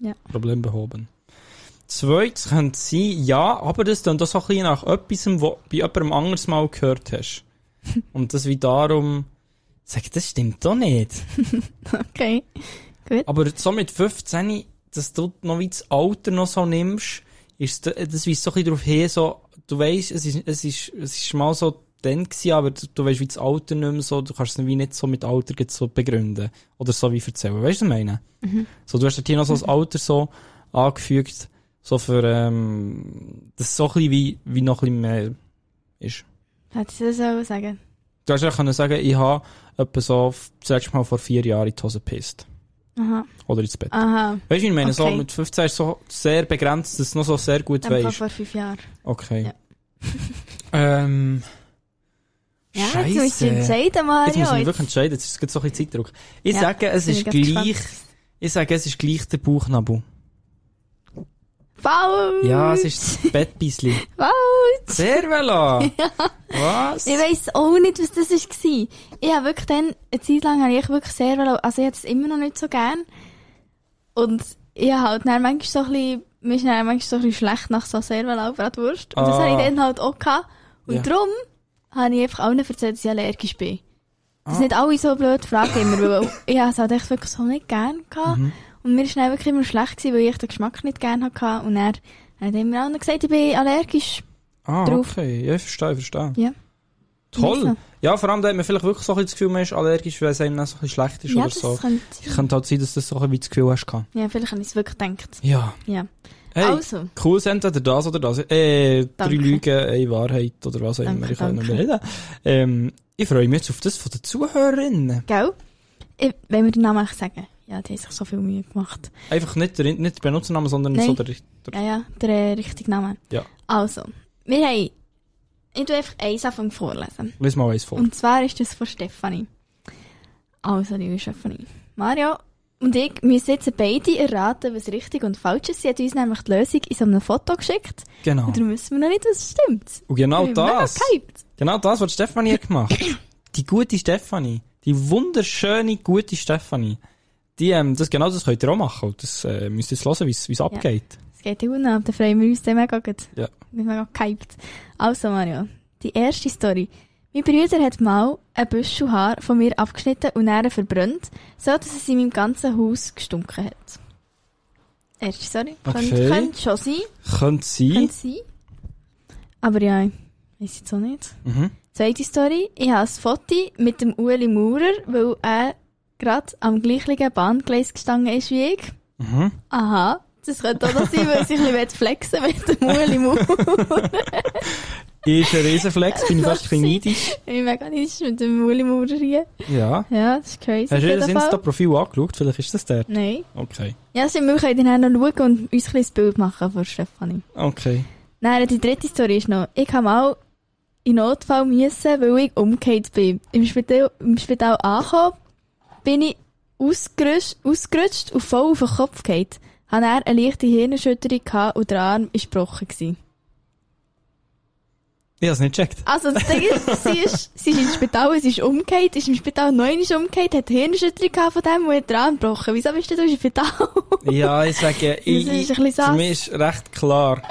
Speaker 3: Ja.
Speaker 4: Problem behoben. Zweites könnte sein, ja, aber das dann das auch ein bisschen nach etwas, was bei jemandem anders mal gehört hast. Und das wie darum, sag, das stimmt doch nicht.
Speaker 3: Okay.
Speaker 4: Aber so mit 15, dass du noch wie das Alter noch so nimmst, ist das, das weist so ein bisschen darauf hin, so, du weißt, es ist, es ist, es ist mal so dann gewesen, aber du, du weißt wie das Alter nicht mehr so, du kannst es wie nicht so mit Alter grad so begründen. Oder so wie erzählen. Weißt du, was ich meine? So, du hast dort hier noch so das Alter so angefügt, so für, ähm, das ist so ein bisschen wie, wie noch ein bisschen mehr ist.
Speaker 3: Hätte ich das auch sagen
Speaker 4: Du hast ja können sagen, ich habe etwa so, sagst mal, vor vier Jahren in die Hose gepisst.
Speaker 3: Aha.
Speaker 4: Oder ins Bett.
Speaker 3: Aha.
Speaker 4: Weißt du, ich meine, so
Speaker 3: Okay.
Speaker 4: mit 15 ist so sehr begrenzt, dass du noch so sehr gut
Speaker 3: Dann
Speaker 4: weißt.
Speaker 3: vor fünf Jahren.
Speaker 4: Okay.
Speaker 3: Ja.
Speaker 4: ähm.
Speaker 3: Ja, jetzt musst
Speaker 4: Scheiße.
Speaker 3: du entscheiden, Mario.
Speaker 4: Jetzt muss ich mich wirklich entscheiden, jetzt ist es gerade so ein bisschen Zeitdruck. Ich
Speaker 3: Ja,
Speaker 4: sage, es
Speaker 3: bin ich
Speaker 4: ist
Speaker 3: gerade
Speaker 4: gleich, ich sage, es ist gleich der Bauchnabel.
Speaker 3: Falsch!
Speaker 4: Ja, es ist das Bettbissli.
Speaker 3: Falsch!
Speaker 4: Servela! Was?
Speaker 3: Ich weiss auch nicht, was das war. Ich habe wirklich dann, eine Zeit lang habe ich wirklich sehr, wollen- also ich hätte es immer noch nicht so gern. Und ich habe halt dann manchmal so ein bisschen, mir ist dann manchmal so ein bisschen schlecht nach so Servalau-Bratwurst. Und das
Speaker 4: Ah.
Speaker 3: habe ich dann halt auch gehabt. Und
Speaker 4: Ja.
Speaker 3: darum habe ich einfach allen erzählt, dass ich allergisch bin.
Speaker 4: Ah.
Speaker 3: Das sind nicht alle so blöd fragen immer, weil ich habe es halt echt wirklich so nicht gern gehabt.
Speaker 4: Mhm.
Speaker 3: Und mir ist dann wirklich immer schlecht gewesen, weil ich den Geschmack nicht gern hatte. Und er hat immer allen gesagt, ich bin allergisch.
Speaker 4: Ah,
Speaker 3: drauf.
Speaker 4: okay. Ja, ich verstehe, ich verstehe.
Speaker 3: Ja.
Speaker 4: Toll.
Speaker 3: Also.
Speaker 4: Ja, vor allem, da hat man vielleicht wirklich so ein bisschen das Gefühl, man ist allergisch, weil es einem dann so ein bisschen schlecht ist
Speaker 3: ja,
Speaker 4: oder
Speaker 3: das
Speaker 4: so.
Speaker 3: könnte
Speaker 4: Könnte halt sein, dass du das so ein bisschen wie das Gefühl hast. gehabt.
Speaker 3: Ja, vielleicht habe ich es wirklich gedacht.
Speaker 4: Ja.
Speaker 3: Ja.
Speaker 4: Hey.
Speaker 3: Also,
Speaker 4: Cool, es entweder das oder das. Äh, drei
Speaker 3: Danke.
Speaker 4: Lügen, eine Wahrheit oder was auch
Speaker 3: Danke,
Speaker 4: immer. Ich kann nicht mehr
Speaker 3: danke.
Speaker 4: reden. Ähm, ich freue mich jetzt auf das von den Zuhörerinnen.
Speaker 3: gell? Ich, wenn wir den Namen echt sagen. Ja, die haben sich so viel Mühe gemacht.
Speaker 4: Einfach nicht der, nicht der Benutzernamen, sondern
Speaker 3: Nein.
Speaker 4: so der, der
Speaker 3: Ja, ja, der äh, richtige Name.
Speaker 4: Ja.
Speaker 3: Also, wir haben... Ich tue einfach eins Anfang vorlesen.
Speaker 4: Lies mal eins vor.
Speaker 3: Und zwar ist das von Stefanie. Also, liebe Stefanie. Mario und ich müssen jetzt beide erraten, was richtig und falsch ist. Sie hat uns nämlich die Lösung in so einem Foto geschickt.
Speaker 4: Genau.
Speaker 3: Und darum wissen wir noch nicht, was stimmt.
Speaker 4: Und genau
Speaker 3: Ich bin mega
Speaker 4: das.
Speaker 3: gehypt.
Speaker 4: Genau das, was die Stefanie hat gemacht. Die gute Stefanie. Die wunderschöne, gute Stefanie. Die, ähm, das, genau das könnt ihr auch machen. Und das, äh, müsst ihr jetzt hören, wie es abgeht.
Speaker 3: Es geht ja gut ab, dann freuen wir uns dann mega gut.
Speaker 4: Ja.
Speaker 3: Wir sind mega gehypt. Also Mario, die erste Story. Mein Bruder hat mal ein Büschel Haar von mir abgeschnitten und dann verbrannt, so dass es in meinem ganzen Haus gestunken hat. Erste Story.
Speaker 4: Okay.
Speaker 3: Könnte, könnte schon sein.
Speaker 4: Könnte sein.
Speaker 3: Könnte sein. Aber ja, ich weiß jetzt auch nicht.
Speaker 4: Mhm.
Speaker 3: Zweite Story. Ich habe ein Foto mit dem Ueli Maurer, weil er gerade am gleichen Bahngleis gestanden ist wie ich.
Speaker 4: Mhm.
Speaker 3: Aha, das könnte auch noch sein, weil ich ein bisschen flexen mit dem Muli Maurer.
Speaker 4: Ist ein Riesenflex, bin ich fast ein bisschen neidisch.
Speaker 3: ich bin mega neidisch mit dem Muli Maurer hier.
Speaker 4: Ja.
Speaker 3: Ja, das ist crazy.
Speaker 4: Hast
Speaker 3: auf
Speaker 4: du ihr
Speaker 3: jeden
Speaker 4: das
Speaker 3: Fall.
Speaker 4: Insta-Profil angeschaut? Vielleicht ist das der.
Speaker 3: Nein.
Speaker 4: Okay.
Speaker 3: Ja, stimmt, wir können dann noch schauen und uns ein kleines Bild machen von Stefanie.
Speaker 4: Okay.
Speaker 3: Nein, die dritte Story nou. ist noch, ich habe mal in Notfall müssen, weil ich umgekehrt bin. Im Spital, im Spital angekommen, bin ich ausgerutscht, ausgerutscht und voll auf den Kopf gefallen. Habe er eine leichte Hirnerschütterung gehabt und der Arm ist gebrochen gewesen.
Speaker 4: Ich hab's nicht gecheckt.
Speaker 3: Also, das Ding ist, sie ist, sie ist ins Spital, sie ist umgekehrt, ist im Spital neun ist umgekehrt, hat Hirnerschütterung gehabt von dem und hat den Arm gebrochen. Wieso bist denn du im Spital?
Speaker 4: Ja, ich sage, ich,
Speaker 3: Das ist
Speaker 4: ich,
Speaker 3: ein bisschen
Speaker 4: für
Speaker 3: sass.
Speaker 4: mich ist recht klar.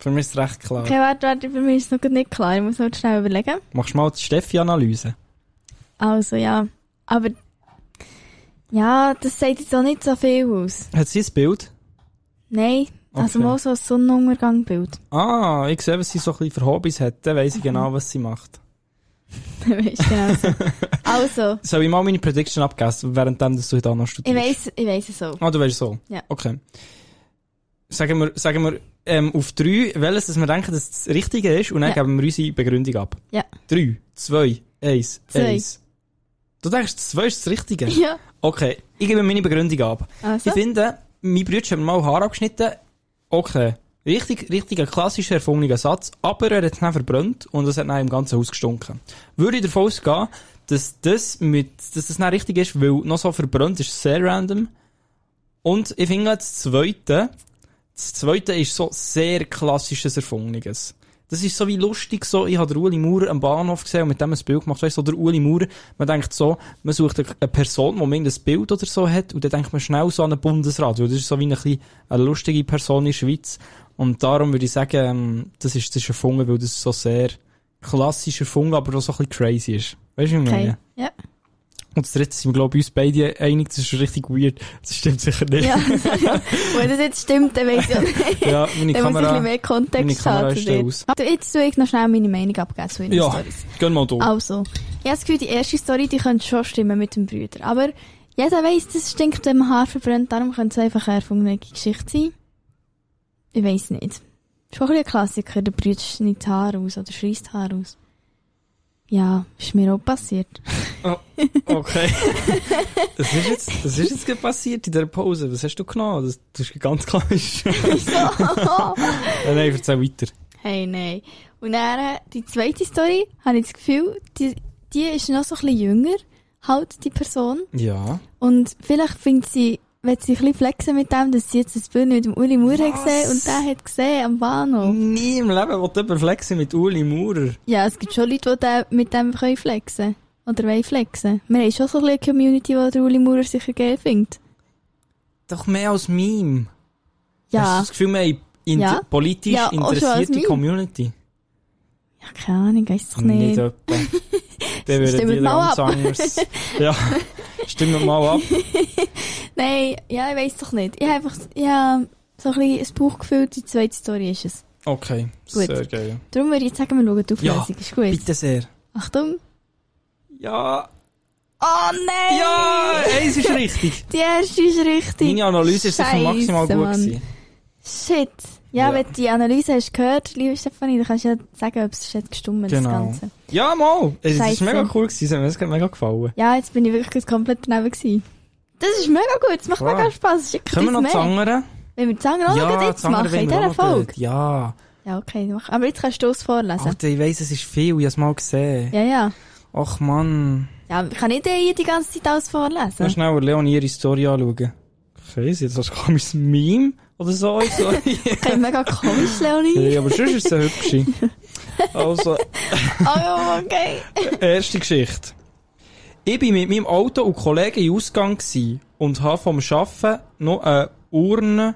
Speaker 4: Für mich ist recht klar.
Speaker 3: okay, warte, warte, bei mir ist es noch nicht klar, ich muss noch schnell überlegen.
Speaker 4: Machst du mal die Steffi-Analyse?
Speaker 3: Also ja, aber ja, das sagt jetzt auch nicht so viel aus.
Speaker 4: Hat sie ein Bild?
Speaker 3: Nein, also
Speaker 4: Okay.
Speaker 3: mal so ein Sonnenuntergangbild.
Speaker 4: Ah, ich sehe, was sie so ein bisschen für Hobbys hat. Dann weiss ich
Speaker 3: Mhm.
Speaker 4: genau, was sie macht.
Speaker 3: weißt du, genau so. Also,
Speaker 4: Soll ich mal meine Prediction abgeben, währenddem dass du heute auch noch
Speaker 3: ich
Speaker 4: studierst?
Speaker 3: weiss, ich weiss es auch.
Speaker 4: Ah, du weißt so?
Speaker 3: Ja.
Speaker 4: Okay. Sagen wir, sagen wir ähm, auf drei, welches dass wir denken, dass das Richtige ist, und dann
Speaker 3: Ja.
Speaker 4: geben wir unsere Begründung ab.
Speaker 3: Ja.
Speaker 4: Drei, zwei, eins,
Speaker 3: Zwei.
Speaker 4: eins. Du denkst, zwei ist das Richtige?
Speaker 3: Ja,
Speaker 4: Okay, ich gebe meine Begründung ab.
Speaker 3: also.
Speaker 4: Ich finde, mein Bruder hat mir mal Haar abgeschnitten. Okay, Richtig, richtig ein klassischer, erfundener Satz, aber er hat es dann verbrannt und es hat dann im ganzen Haus gestunken. Würde ich davon ausgehen, dass das mit, dass das dann richtig ist, weil noch so verbrannt ist sehr random. Und ich finde auch das Zweite, das Zweite ist so sehr klassisches Erfundenes. Das ist so wie lustig, so, ich habe den Uli Maurer am Bahnhof gesehen und mit dem ein Bild gemacht. Weißt du, so der Uli Maurer, man denkt so, man sucht eine Person, die man ein Bild oder so hat und dann denkt man schnell so an einen Bundesrat, weil das ist so wie ein bisschen eine lustige Person in der Schweiz. Und darum würde ich sagen, ähm, das ist, das ist erfunden, weil das so sehr klassisch erfunden, aber auch so ein bisschen crazy ist. Weißt du, was ich
Speaker 3: Okay.
Speaker 4: meine?
Speaker 3: Ja.
Speaker 4: Und das dritte sind wir, glaube ich, uns beide einig, das ist richtig weird. Das stimmt sicher nicht.
Speaker 3: ja. Wenn das jetzt stimmt, dann weiß ich auch nicht.
Speaker 4: Ja,
Speaker 3: Dann muss ich ein
Speaker 4: meine Kamera.
Speaker 3: bisschen mehr
Speaker 4: meine
Speaker 3: Kontext
Speaker 4: Kamera
Speaker 3: haben.
Speaker 4: ist
Speaker 3: zu
Speaker 4: da
Speaker 3: dir.
Speaker 4: aus.
Speaker 3: Du, Jetzt tue ich noch schnell meine Meinung abgeben zu meinen
Speaker 4: Ja,
Speaker 3: Storys.
Speaker 4: gehen mal durch.
Speaker 3: Also, ich habe das Gefühl, die erste Story, die könnte schon stimmen mit dem Brüder. Aber jeder weiss, das stinkt, wenn man Haar verbrennt, darum könnte es einfach eine erfundene Geschichte sein. Ich weiss nicht. Schon ein bisschen ein Klassiker, der Brüder schneidet Haar aus oder schreist Haar aus. Ja, ist mir auch passiert.
Speaker 4: Okay. Das ist jetzt, das ist jetzt gerade passiert in dieser Pause. Was hast du genommen? Das, das ist ganz klar. Nein, nein, erzähl weiter.
Speaker 3: Hey, nein. Und dann, äh, die zweite Story, habe ich das Gefühl, die, die ist noch so ein bisschen jünger, halt, die Person.
Speaker 4: Ja.
Speaker 3: Und vielleicht findet sie, wenn sie ein bisschen flexen mit dem, dass sie jetzt das Bild mit dem Uli Maurer hat
Speaker 4: Was? Mhm.
Speaker 3: gesehen und der hat gesehen am Bahnhof.
Speaker 4: Nie im Leben will jemand flexen mit Uli Maurer.
Speaker 3: Ja, es gibt schon Leute, die da mit dem können flexen Oder wollen flexen. Wir haben schon so ein bisschen eine Community, die der Uli Maurer sicher geil findet.
Speaker 4: Doch mehr als Meme. Hast du
Speaker 3: Ja.
Speaker 4: das Gefühl, wir haben in
Speaker 3: Ja.
Speaker 4: politisch
Speaker 3: Ja, auch schon als
Speaker 4: interessierte
Speaker 3: Meme.
Speaker 4: Community?
Speaker 3: Ja, keine Ahnung, weiss ich nicht.
Speaker 4: etwa. Dann würden
Speaker 3: Stimmt
Speaker 4: die
Speaker 3: mal
Speaker 4: ganz
Speaker 3: ab.
Speaker 4: anders. Ja, stimmt mal ab.
Speaker 3: Nein, ja, ich weiss doch nicht. Ich habe einfach, ja, so ein bisschen ein Bauchgefühl, die zweite Story ist es.
Speaker 4: Okay,
Speaker 3: Gut.
Speaker 4: sehr geil.
Speaker 3: Darum würde ich jetzt sagen, wir schauen die
Speaker 4: Ja.
Speaker 3: Auflösung. Ist gut.
Speaker 4: Bitte sehr.
Speaker 3: Achtung.
Speaker 4: Ja, Ah,
Speaker 3: Oh nein!
Speaker 4: ja, eins ist richtig.
Speaker 3: Die erste ist richtig.
Speaker 4: Meine Analyse ist sicher
Speaker 3: Scheisse,
Speaker 4: maximal gut
Speaker 3: Mann.
Speaker 4: gewesen.
Speaker 3: Shit. Ja,
Speaker 4: Ja.
Speaker 3: wenn du die Analyse hast gehört, liebe Stefanie, dann kannst du ja sagen, ob es jetzt gestummt ist,
Speaker 4: Genau.
Speaker 3: das Ganze.
Speaker 4: Ja, mal. Es ist
Speaker 3: Scheisse.
Speaker 4: mega cool gewesen. Es hat mir das mega gefallen.
Speaker 3: Ja, jetzt bin ich wirklich komplett daneben gewesen. Das ist mega gut, es macht
Speaker 4: Klar.
Speaker 3: mega Spass. Schick
Speaker 4: Können wir noch
Speaker 3: uns
Speaker 4: das
Speaker 3: mehr.
Speaker 4: andere?
Speaker 3: Wenn wir die Zange auch noch jetzt
Speaker 4: das andere
Speaker 3: machen, in
Speaker 4: wollen wir
Speaker 3: dieser
Speaker 4: auch noch
Speaker 3: Folge.
Speaker 4: dort. Ja.
Speaker 3: Ja, okay, mach. aber jetzt kannst du es vorlesen.
Speaker 4: Alter, ich weiss, es ist viel. Ich habe es mal gesehen.
Speaker 3: Ja, ja.
Speaker 4: Ach Mann.
Speaker 3: Ja, ich kann nicht hier die ganze Zeit alles
Speaker 4: Ja. Mal
Speaker 3: vorlesen.
Speaker 4: schnell Leonie ihre Story anschauen. Okay, sie hat so ein komisches Meme oder so. so.
Speaker 3: Okay, mega komisch, Leonie.
Speaker 4: ja, aber sonst ist es eine hübsche. Also,
Speaker 3: Oh, okay.
Speaker 4: Erste Geschichte. Ich bin mit meinem Auto und Kollegen im Ausgang gsi und habe vom Arbeiten noch eine Urne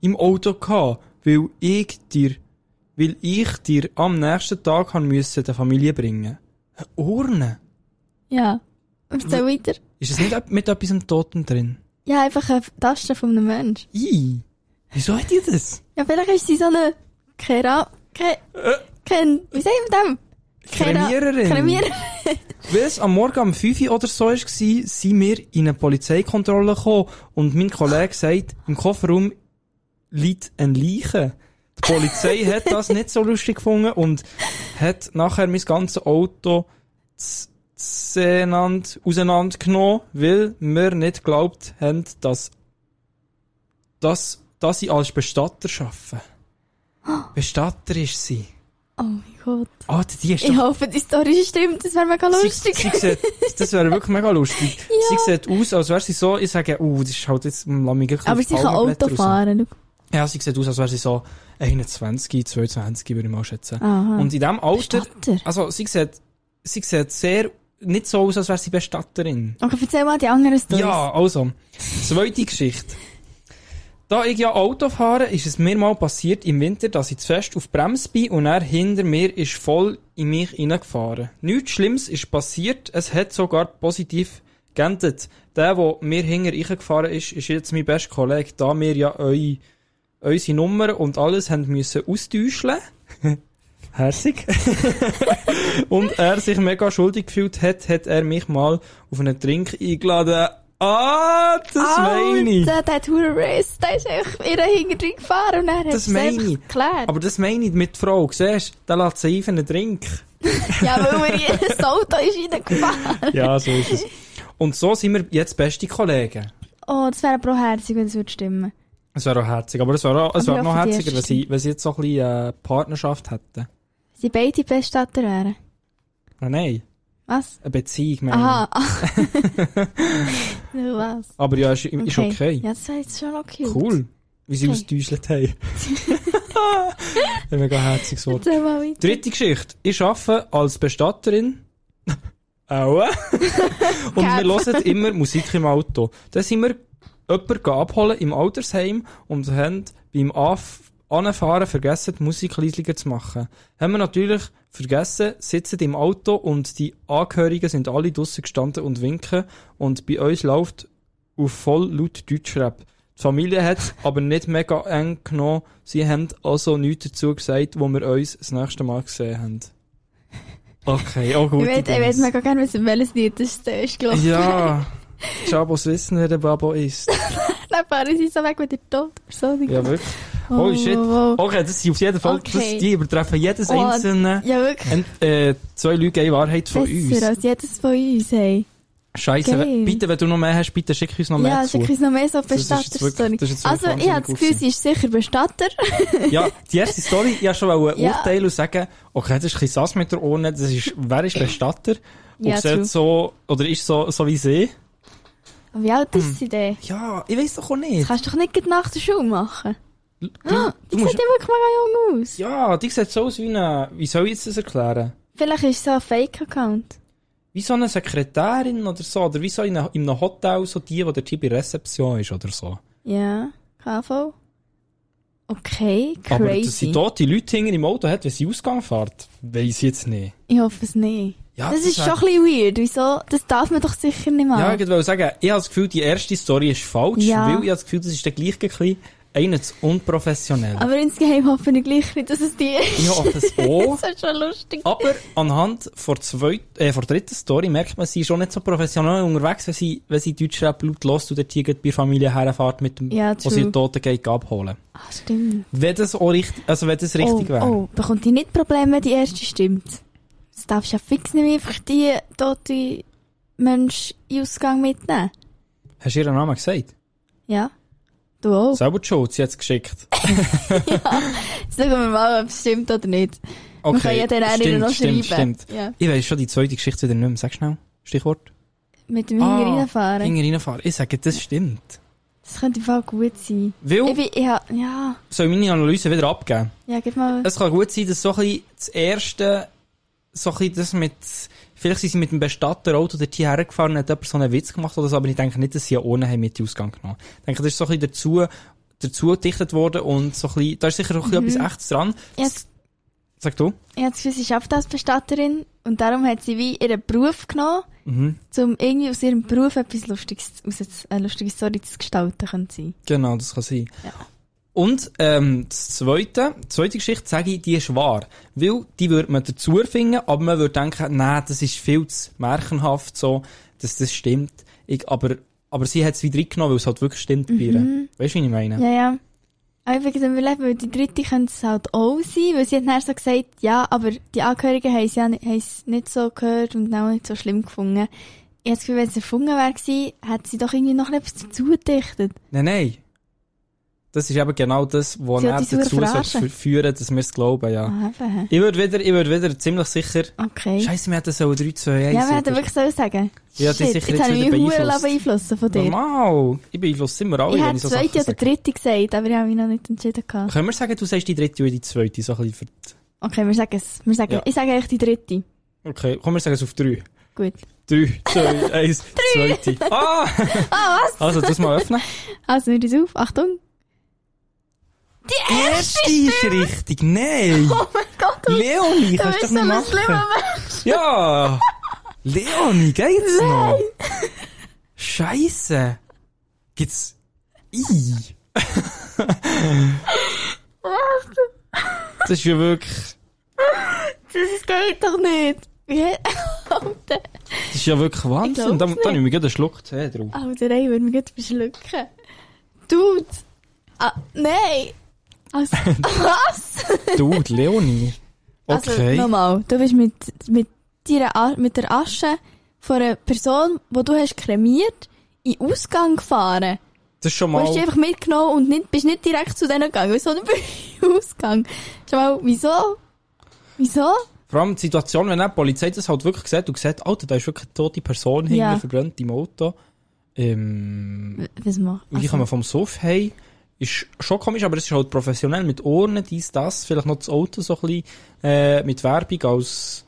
Speaker 4: im Auto gehabt, weil ich dir, weil ich dir am nächsten Tag haben müssen der Familie bringen. Eine Urne?
Speaker 3: Ja. Und so weiter.
Speaker 4: Ist es nicht ep- mit etwas im Toten drin?
Speaker 3: Ja, einfach eine Tasche von einem Menschen.
Speaker 4: I. Wieso hat ihr das?
Speaker 3: Ja, vielleicht ist sie so eine Kera... Ke... Ken... Wie sagt man dem? Kera-
Speaker 4: Kremiererin.
Speaker 3: Kremiererin.
Speaker 4: Weil es am Morgen um 5 Uhr oder so war, sind wir in eine Polizeikontrolle gekommen und mein Kollege sagt, im Kofferraum liegt ein Leichen. Die Polizei hat das nicht so lustig gefunden und hat nachher mein ganzes Auto z- zehnand- auseinandergenommen, weil wir nicht geglaubt haben, dass, dass, dass ich als Bestatter arbeite. Bestatter ist sie.
Speaker 3: Oh mein Gott.
Speaker 4: Alter, die ist doch
Speaker 3: Ich hoffe, die Story stimmt. Das wäre mega lustig.
Speaker 4: Sie, sie sieht, das wäre wirklich mega lustig. Sie sieht aus, als wäre sie so, ich sage, uh, das ist halt jetzt ein lammiger
Speaker 3: Aber sie kann Auto fahren.
Speaker 4: Ja, sie sieht aus, als wäre sie so 21, 22, würde ich mal schätzen.
Speaker 3: Aha.
Speaker 4: Und in diesem Alter,
Speaker 3: Bestatter.
Speaker 4: also sie sieht, sie sieht sehr, nicht so aus, als wäre sie Bestatterin.
Speaker 3: Okay, erzähl mal die anderen Storys.
Speaker 4: Ja, also. Zweite Geschichte. Da ich ja Auto fahre, ist es mir mal passiert im Winter, dass ich zu fest auf Bremse bin und er hinter mir ist voll in mich hineingefahren. Nichts Schlimmes ist passiert, es hat sogar positiv geendet. Der, der mir hinter reingefahren ist, ist jetzt mein bester Kollege, da wir ja eu, unsere Nummer und alles haben müssen austauschen. Herzig. und er sich mega schuldig gefühlt hat, hat er mich mal auf einen Trink eingeladen. Ah, das meine ich.
Speaker 3: Alter, Der hat Huren Race. Der ist echt in den Hintergrund gefahren und er hat
Speaker 4: Das
Speaker 3: es
Speaker 4: meine
Speaker 3: einfach
Speaker 4: ich.
Speaker 3: geklärt.
Speaker 4: Aber das meine ich mit Frau. Siehst du, der lässt sie ein für einen Trink.
Speaker 3: Ja, weil mir jedes Auto ist reingefahren.
Speaker 4: Ja, so ist es. Und so sind wir jetzt beste Kollegen.
Speaker 3: Oh, das wäre pro herzig, wenn es würde stimmen.
Speaker 4: Es wäre auch herzig. Aber es wäre auch, es
Speaker 3: Aber
Speaker 4: wäre noch
Speaker 3: ich hoffe, die
Speaker 4: herziger, wenn
Speaker 3: erste.
Speaker 4: sie, wenn sie jetzt so ein bisschen äh, Partnerschaft hätten.
Speaker 3: Sie beide Beststädter wären.
Speaker 4: Nein, nein,
Speaker 3: Was?
Speaker 4: eine Beziehung meine
Speaker 3: Aha. Du was?
Speaker 4: ich. Aber ja, ist, Ähm. ist okay.
Speaker 3: Ja, das wäre jetzt schon okay.
Speaker 4: Cool. Wie sie
Speaker 3: Okay.
Speaker 4: ausgetäuscht haben. Ein mega herziges Wort.
Speaker 3: Erzähl mal weiter.
Speaker 4: Dritte Geschichte. Ich arbeite als Bestatterin. Aua. Und wir hören immer Musik im Auto. Dann sind wir jemanden gehen abholen im Altersheim und haben beim Anf Anfahren vergessen, die Musik leisiger zu machen. Haben wir natürlich vergessen, sitzen im Auto und die Angehörigen sind alle draussen gestanden und winken und bei uns läuft auf voll laut Deutschrap. Die Familie hat es aber nicht mega eng genommen. Sie haben also nichts dazu gesagt, wo wir uns das nächste Mal gesehen haben. Okay, oh, auch gut.
Speaker 3: Ich weiß, ich weiß mega gerne wissen, welches Lied das ist. gelaufen.
Speaker 4: Ja. Schabos wissen, wer der Babo ist.
Speaker 3: Dann fahren sie so weg mit der toten Person.
Speaker 4: Ja, wirklich. Oh, shit.
Speaker 3: wow, wow.
Speaker 4: Okay, das sind auf jeden Fall,
Speaker 3: Okay.
Speaker 4: das, die übertreffen jedes
Speaker 3: Oh,
Speaker 4: einzelne.
Speaker 3: Ja, wirklich.
Speaker 4: Und, äh, zwei Leute, eine Wahrheit von
Speaker 3: Besser
Speaker 4: uns.
Speaker 3: als jedes von uns, hey.
Speaker 4: Scheiße,
Speaker 3: Geil.
Speaker 4: we- bitte, wenn du noch mehr hast, bitte schick uns noch mehr
Speaker 3: Ja,
Speaker 4: zu.
Speaker 3: schick uns noch mehr so
Speaker 4: ist jetzt wirklich-
Speaker 3: Bestatter-Story.
Speaker 4: das ist jetzt
Speaker 3: Also,
Speaker 4: wirklich
Speaker 3: ich habe das
Speaker 4: wahnsinnig
Speaker 3: Gefühl,
Speaker 4: gut
Speaker 3: sie ist sicher Bestatter.
Speaker 4: Ja, die erste Story, ich wollte schon wollte
Speaker 3: Ja.
Speaker 4: urteilen und sagen, okay, das ist ein bisschen sass mit der Urne, das ist, wer ist Bestatter? Und
Speaker 3: Ja, true.
Speaker 4: sieht so, oder ist so, so wie sie?
Speaker 3: Und Wie alt
Speaker 4: Hm.
Speaker 3: ist sie denn?
Speaker 4: Ja, ich weiß doch auch nicht.
Speaker 3: Kannst du doch nicht gerade nach der Schule machen.
Speaker 4: Du,
Speaker 3: Die
Speaker 4: du
Speaker 3: sieht ja
Speaker 4: musst,
Speaker 3: wirklich mega jung aus.
Speaker 4: ja, die sieht so aus wie eine, wie soll ich jetzt das erklären?
Speaker 3: Vielleicht ist es so ein Fake-Account.
Speaker 4: Wie so eine Sekretärin oder so, oder wie so in einem, in einem Hotel, so die, wo der Typ in Rezeption ist oder so.
Speaker 3: Ja, KV. Okay,
Speaker 4: Aber dass sie
Speaker 3: crazy.
Speaker 4: dort die Leute hinten im Auto hat, wenn sie Ausgang fährt, weiss ich jetzt nicht.
Speaker 3: Ich hoffe es nicht.
Speaker 4: Ja,
Speaker 3: das, ist
Speaker 4: wär-
Speaker 3: schon ein bisschen weird. Wieso? Das darf man doch sicher nicht
Speaker 4: Ja,
Speaker 3: machen.
Speaker 4: ich wollte sagen, ich habe das Gefühl, die erste Story ist falsch,
Speaker 3: Ah. Ja.
Speaker 4: weil ich habe das Gefühl, das ist dann gleich ein bisschen einer zu unprofessionell.
Speaker 3: Aber insgeheim hoffe ich gleich nicht, dass es die ist.
Speaker 4: ich hoffe es auch.
Speaker 3: Das ist schon lustig.
Speaker 4: Aber anhand von zweit, äh, von der dritten Story merkt man, sie ist schon nicht so professionell unterwegs, wenn sie, wenn sie Deutschrap laut lässt und der Tiger bei der Familie herfährt mit dem,
Speaker 3: Ja,
Speaker 4: wo sie
Speaker 3: true.
Speaker 4: den Toten geht, abholen.
Speaker 3: Ah, stimmt.
Speaker 4: Wenn das auch richtig, also wenn das richtig
Speaker 3: oh,
Speaker 4: wäre.
Speaker 3: oh, bekommt ihr nicht Probleme, wenn die erste stimmt? Das darfst du ja fix nicht einfach die tote Mensch in Ausgang mitnehmen.
Speaker 4: Hast du ihren Namen gesagt?
Speaker 3: Ja? Du auch.
Speaker 4: Selber die Schuld, sie hat es geschickt.
Speaker 3: Jetzt schauen wir mal, ob es stimmt oder nicht.
Speaker 4: Okay,
Speaker 3: wir können ja dann auch
Speaker 4: stimmt,
Speaker 3: ihnen noch
Speaker 4: stimmt,
Speaker 3: schreiben.
Speaker 4: stimmt.
Speaker 3: Ja.
Speaker 4: Ich weiss schon die zweite Geschichte wieder nicht mehr. Sag schnell, Stichwort.
Speaker 3: Mit dem Hinger reinfahren.
Speaker 4: Ah, Hinger reinfahren. Ich sage, das stimmt.
Speaker 3: Das könnte im Fall gut sein.
Speaker 4: Weil,
Speaker 3: Ich bin, ja, ja,
Speaker 4: soll ich meine Analyse wieder abgeben?
Speaker 3: ja, gib mal.
Speaker 4: Es kann gut sein, dass so ein bisschen das erste, so ein bisschen das mit, vielleicht sind sie mit dem Bestatterauto dort hierher gefahren und hat jemand so einen Witz gemacht oder so, aber ich denke nicht, dass sie ja ohne haben mit in den Ausgang genommen. Ich denke, das ist so ein bisschen dazu, dazu gedichtet worden und so ein bisschen, da ist sicher auch ein bisschen
Speaker 3: Mhm.
Speaker 4: etwas Echtes dran.
Speaker 3: Ich habe das
Speaker 4: Sag du?
Speaker 3: ich hab das Gefühl, sie ist Abtagsbestatterin und darum hat sie wie ihren Beruf genommen,
Speaker 4: Mhm.
Speaker 3: um irgendwie aus ihrem Beruf etwas Lustiges, aus eine lustige Story zu gestalten könnte sein.
Speaker 4: Genau, das kann sein.
Speaker 3: Ja.
Speaker 4: Und ähm, das zweite, die zweite Geschichte sage ich, die ist wahr. Weil die würde man dazu erfinden, aber man würde denken, nein, das ist viel zu märchenhaft so, dass das stimmt. Ich, aber, aber sie hat es wieder reingenommen, weil es halt wirklich stimmt bei ihr. Weißt du, wie ich meine?
Speaker 3: Mhm. Ja, ja. Aber ich bin überlegt, weil die dritte könnte es halt auch sein, weil sie hat nachher so gesagt, ja, aber die Angehörigen haben es ja nicht, haben es nicht so gehört und auch nicht so schlimm gefunden. Ich habe das Gefühl, wenn es erfunden wäre gewesen, hätte sie doch irgendwie noch etwas dazu gedichtet.
Speaker 4: Nein, nein. Das ist eben genau das, was
Speaker 3: Sie hat
Speaker 4: er
Speaker 3: uns nur
Speaker 4: dazu soll
Speaker 3: verarschen.
Speaker 4: fü- führen dass wir es glauben, ja.
Speaker 3: Ah, eben.
Speaker 4: Ich würde wieder, ich würde wieder ziemlich sicher,
Speaker 3: Okay.
Speaker 4: Scheiße, wir hätten so 3, 2, 1
Speaker 3: Ja, wir hätten wirklich so sagen.
Speaker 4: Ja, die
Speaker 3: Shit,
Speaker 4: sicher
Speaker 3: jetzt
Speaker 4: jetzt
Speaker 3: habe ich
Speaker 4: wieder
Speaker 3: mich hure
Speaker 4: beeinflusst.
Speaker 3: beeinflussen von dir.
Speaker 4: Normal. Ich beeinflusse immer alle,
Speaker 3: ich
Speaker 4: wenn
Speaker 3: hätte
Speaker 4: ich so
Speaker 3: zweite
Speaker 4: Sachen
Speaker 3: oder
Speaker 4: sage.
Speaker 3: dritte gesagt, aber ich habe mich noch nicht entschieden. Gehabt.
Speaker 4: Mhm. Können wir sagen, du sagst die dritte oder die zweite? So ein bisschen für
Speaker 3: Okay, wir sagen es. Wir sagen,
Speaker 4: Ja.
Speaker 3: Ich sage eigentlich die dritte.
Speaker 4: okay, komm, wir sagen es auf drei.
Speaker 3: Gut.
Speaker 4: Drei, zwei, eins, zweite. Ah! was? Also, das mal öffnen.
Speaker 3: Also, wir uns auf. Achtung.
Speaker 4: Die erste ist richtig. Nein!
Speaker 3: Oh mein Gott, du
Speaker 4: Leonie,
Speaker 3: du bist
Speaker 4: kannst du das
Speaker 3: so
Speaker 4: nicht
Speaker 3: ein
Speaker 4: machen?
Speaker 3: schlimmer
Speaker 4: Ja! Leonie, geht's noch? Scheiße! Gibt's. I. Das ist ja wirklich.
Speaker 3: Das geht doch nicht. Wie? Alter.
Speaker 4: Das ist ja wirklich Wahnsinn.
Speaker 3: glaub's
Speaker 4: Da, da
Speaker 3: nicht.
Speaker 4: nehme ich gerade einen Schluck Tee drauf.
Speaker 3: Alter, ey, würde mich jetzt verschlucken. Dude. Ah, nein. Also, was?
Speaker 4: Du, Leonie.
Speaker 3: Also,
Speaker 4: Okay.
Speaker 3: nochmal. Du bist mit, mit, deiner, A- mit der Asche von einer Person, die du hast kremiert, in Ausgang gefahren.
Speaker 4: Das ist schon
Speaker 3: Du
Speaker 4: mal.
Speaker 3: hast dich einfach mitgenommen und nicht, bist nicht direkt zu denen gegangen, sondern bist ausgegangen. Schon mal, wieso? Wieso?
Speaker 4: Vor allem die Situation, wenn dann die Polizei das halt wirklich sieht und sieht, Alter, da ist wirklich eine tote Person hinter
Speaker 3: Ja.
Speaker 4: verbrannt im Auto. Ähm,
Speaker 3: Was Also macht?
Speaker 4: und die kommen vom Suff hey, ist schon komisch, aber es ist halt professionell mit Urnen, dies, das, vielleicht noch das Auto so ein bisschen äh, mit Werbung als,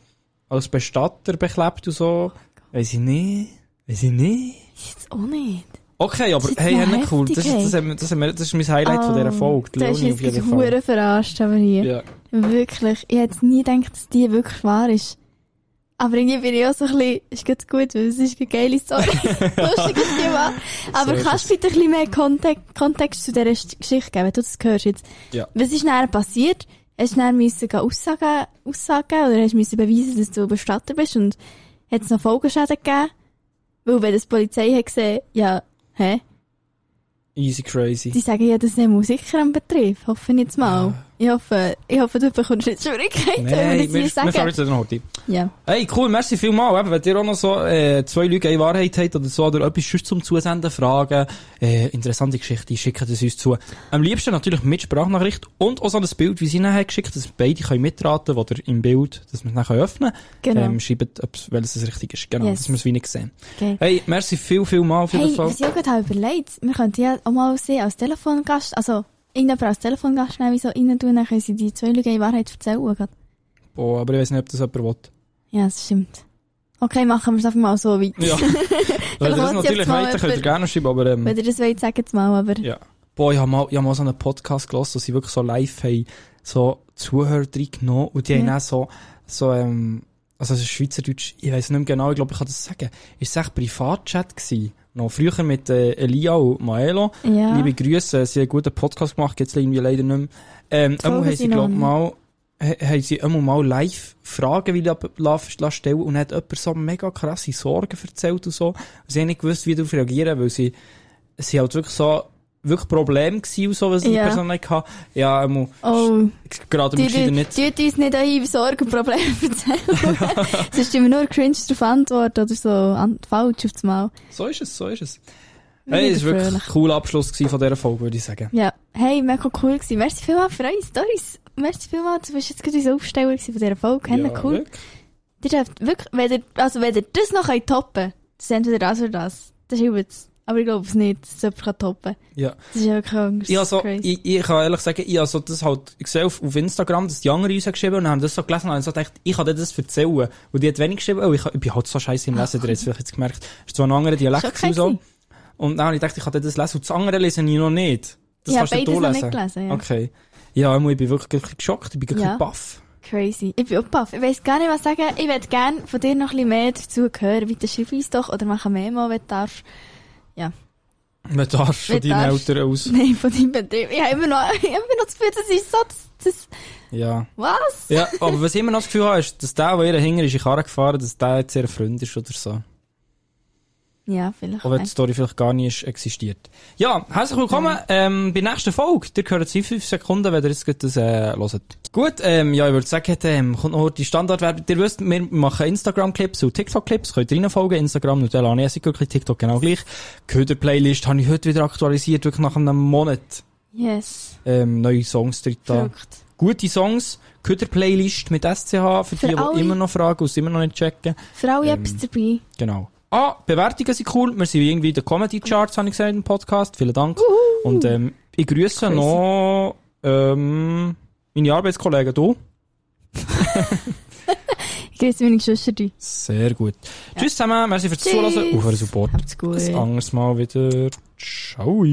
Speaker 4: als Bestatter beklebt und
Speaker 3: Oh
Speaker 4: so. Weiß ich nicht. Weiß ich nicht.
Speaker 3: Jetzt auch nicht.
Speaker 4: Okay, aber
Speaker 3: Das ist
Speaker 4: hey,
Speaker 3: noch
Speaker 4: hey, cool. Das,
Speaker 3: heftig,
Speaker 4: ist-
Speaker 3: hey. Oh,
Speaker 4: das, haben wir- das, haben wir- das ist mein Highlight von dieser Folge. Die
Speaker 3: Du hast
Speaker 4: Leonie
Speaker 3: Ähm, jetzt
Speaker 4: auf
Speaker 3: gerade
Speaker 4: jeden Fall.
Speaker 3: Huren verarscht, aber hier.
Speaker 4: Ja.
Speaker 3: Wirklich. Ich hätte nie gedacht, dass die wirklich wahr ist. Aber irgendwie bin ich auch so ein bisschen, ist ganz gut, weil es ist eine geile Story. Lustiges Thema. Aber
Speaker 4: So ist
Speaker 3: kannst du bitte ein bisschen mehr Kontext, Kontext zu dieser Sch- Geschichte geben, wenn du das hörst jetzt?
Speaker 4: Ja.
Speaker 3: Was ist nachher passiert? Hast du nachher müssen gehen Aussagen, Aussagen oder hast du müssen beweisen, dass du Bestatter bist und hat es noch Folgeschäden gegeben? Weil wenn das die Polizei hat gesehen, ja, hä?
Speaker 4: Easy crazy.
Speaker 3: Die sagen ja, das nehmen wir sicher am Betrieb. Hoffe ich jetzt mal. Ich hoffe, ich hoffe, du bekommst nicht Schwierigkeiten, wenn wir das
Speaker 4: wir,
Speaker 3: hier
Speaker 4: wir fahren
Speaker 3: sagen.
Speaker 4: jetzt noch heute.
Speaker 3: Ja.
Speaker 4: Hey, cool, merci vielmal. Eben, wenn ihr auch noch so äh, zwei Leute eine Wahrheit habt oder so, oder etwas sonst zum Zusenden, Fragen, äh, interessante Geschichte, schickt es uns zu. Am liebsten natürlich mit Sprachnachricht und auch so ein Bild, wie sie nachher geschickt dass beide können mitraten können, oder im Bild, dass wir es nachher öffnen
Speaker 3: Genau.
Speaker 4: Ähm, schreibt, ob, welches das richtig ist. Genau,
Speaker 3: Yes.
Speaker 4: dass wir es wie nicht sehen.
Speaker 3: Geil.
Speaker 4: Hey, merci viel, vielmal für
Speaker 3: Hey,
Speaker 4: den Fall.
Speaker 3: was ich auch gerade habe überlegt, wir könnten ja auch mal sehen als Telefongast, also irgendjemand als Telefongast nehmen, so rein tun, dann können sie die zwei Lügen in Wahrheit erzählen. Gerade.
Speaker 4: Boah, Oh, aber ich weiß nicht, ob das jemand will.
Speaker 3: Ja, das stimmt. Okay, machen wir es einfach mal so weit.
Speaker 4: Ja. Wenn
Speaker 3: will
Speaker 4: ihr das
Speaker 3: sie
Speaker 4: natürlich
Speaker 3: jetzt mal
Speaker 4: weiter könnt ihr
Speaker 3: jemand-
Speaker 4: gerne schreiben, aber ähm,
Speaker 3: Wenn ihr das wollt, sagt es mal, aber
Speaker 4: Ja. Boah, ich hab mal, ich hab mal so einen Podcast gehört, wo sie wirklich so live haben, so Zuhörer drin genommen und die haben
Speaker 3: Ja.
Speaker 4: auch so, so, ähm, also es ist Schweizerdeutsch, ich weiss nicht mehr genau, ich glaube, ich kann das sagen. Ist es echt Privatchat gewesen? Noch früher mit äh, Elia und Maelo.
Speaker 3: ja.
Speaker 4: Liebe Grüße, sie haben einen guten Podcast gemacht, gibt's irgendwie leider nicht mehr. Ähm, einmal haben
Speaker 3: Folgen
Speaker 4: sie,
Speaker 3: sind
Speaker 4: glaub
Speaker 3: noch-
Speaker 4: mal, ha- haben sie einmal mal live Fragen wieder ab- la- la- stellen und hat jemand so mega krasse Sorgen erzählt und so. Und sie haben nicht gewusst, wie darauf reagieren, weil sie, sie halt wirklich so, wirklich Probleme gewesen und so, was die
Speaker 3: Ja.
Speaker 4: Person hatte. Ja, einmal,
Speaker 3: oh,
Speaker 4: gerade im
Speaker 3: tut
Speaker 4: Gescheider nicht.
Speaker 3: tut uns nicht eure Sorgenprobleme erzählen. Sonst immer nur cringe darauf antworten oder so an, falsch auf das Mal.
Speaker 4: So ist es, so ist es.
Speaker 3: Wir
Speaker 4: Hey,
Speaker 3: sind
Speaker 4: es war wirklich ein
Speaker 3: fröhlich.
Speaker 4: cooler Abschluss gewesen von dieser Folge, würde ich sagen.
Speaker 3: Ja, hey, mega cool gewesen. Merci vielmals für eure Stories. Merci vielmals, du bist jetzt gerade unser Aufsteller gewesen von dieser Folge. Ja, cool.
Speaker 4: wirklich.
Speaker 3: Ihr dürft wirklich, wenn ihr, also wenn ihr das noch könnt toppen könnt, das ist entweder das oder das. Das ist übelst. Aber ich glaube es nicht, dass es jemand kann toppen kann.
Speaker 4: Ja.
Speaker 3: Das ist ja wirklich ganz
Speaker 4: Ich, hab so,
Speaker 3: crazy.
Speaker 4: ich, ich kann ehrlich sagen, ich hab so das halt, ich sehe auf, auf Instagram, dass die anderen uns haben geschrieben und haben das so gelesen und haben so gedacht, ich kann dir das erzählen. Und die hat wenig geschrieben, oh, ich, kann- ich bin halt so scheiße im Lesen, ihr habt es vielleicht jetzt gemerkt. Es ist zwar ein anderer Dialekt
Speaker 3: Ist okay
Speaker 4: gewesen und so.
Speaker 3: gewesen.
Speaker 4: Und dann habe ich gedacht, ich kann dir das lesen. Und das andere lese ich noch nicht. Das
Speaker 3: Ich hab
Speaker 4: kannst nicht du
Speaker 3: beides noch
Speaker 4: lesen.
Speaker 3: nicht gelesen, ja.
Speaker 4: Okay. Ja, Emu, ich bin wirklich geschockt, ich bin wirklich
Speaker 3: Ja.
Speaker 4: baff.
Speaker 3: Crazy. Ich bin auch baff. Ich weiss gar nicht, was sagen. Ich würde gerne von dir noch ein bisschen mehr dazu hören. Bitte schreib uns doch oder mach ein Memo, wenn du darfst.
Speaker 4: Man darf von
Speaker 3: Man
Speaker 4: deinen
Speaker 3: darf.
Speaker 4: Eltern aus.
Speaker 3: Nein, von deinem Betrieb. Ich habe immer noch, ich habe immer noch das Gefühl, das ist so, das, das
Speaker 4: Ja.
Speaker 3: was?
Speaker 4: Ja, aber was ich immer noch das Gefühl habe, ist, dass der, der ihr hinter ist, in die Karre gefahren, dass der jetzt ihr Freund ist oder so.
Speaker 3: Ja, vielleicht.
Speaker 4: Auch Oh, wenn die
Speaker 3: nicht.
Speaker 4: Story vielleicht gar nicht existiert. Ja, herzlich willkommen ähm, bei der nächsten Folge. Ihr hört es in 5 Sekunden, wenn ihr jetzt gerade das äh, hört. Gut, ähm, ja, ich würde sagen, ähm, kommt noch die Standardwerbung. Ihr wisst, wir machen Instagram-Clips und TikTok-Clips. Könnt ihr reinfolgen, Instagram, Nutella, Anäsik, wirklich TikTok genau gleich. Köder-Playlist habe ich heute wieder aktualisiert, wirklich nach einem Monat.
Speaker 3: Yes.
Speaker 4: Ähm, neue Songs drin da.
Speaker 3: Verrückt.
Speaker 4: Gute Songs, Köder-Playlist mit SCH, für,
Speaker 3: Für
Speaker 4: die,
Speaker 3: alle.
Speaker 4: die immer noch fragen und es immer noch nicht checken.
Speaker 3: Für alle
Speaker 4: Ähm,
Speaker 3: etwas dabei.
Speaker 4: Genau. Ah, Bewertungen sind cool. Wir sind irgendwie in den Comedy Charts, habe ich gesehen im Podcast. Vielen Dank. Und ähm, ich grüße
Speaker 3: Crazy.
Speaker 4: noch ähm, meine Arbeitskollegen du.
Speaker 3: Ich grüße meine Geschwister.
Speaker 4: Sehr gut. Tschüss zusammen, merci fürs
Speaker 3: Tschüss.
Speaker 4: Zuhören und für den Support.
Speaker 3: Habt's gut.
Speaker 4: Ein anderes Mal wieder. Ciao.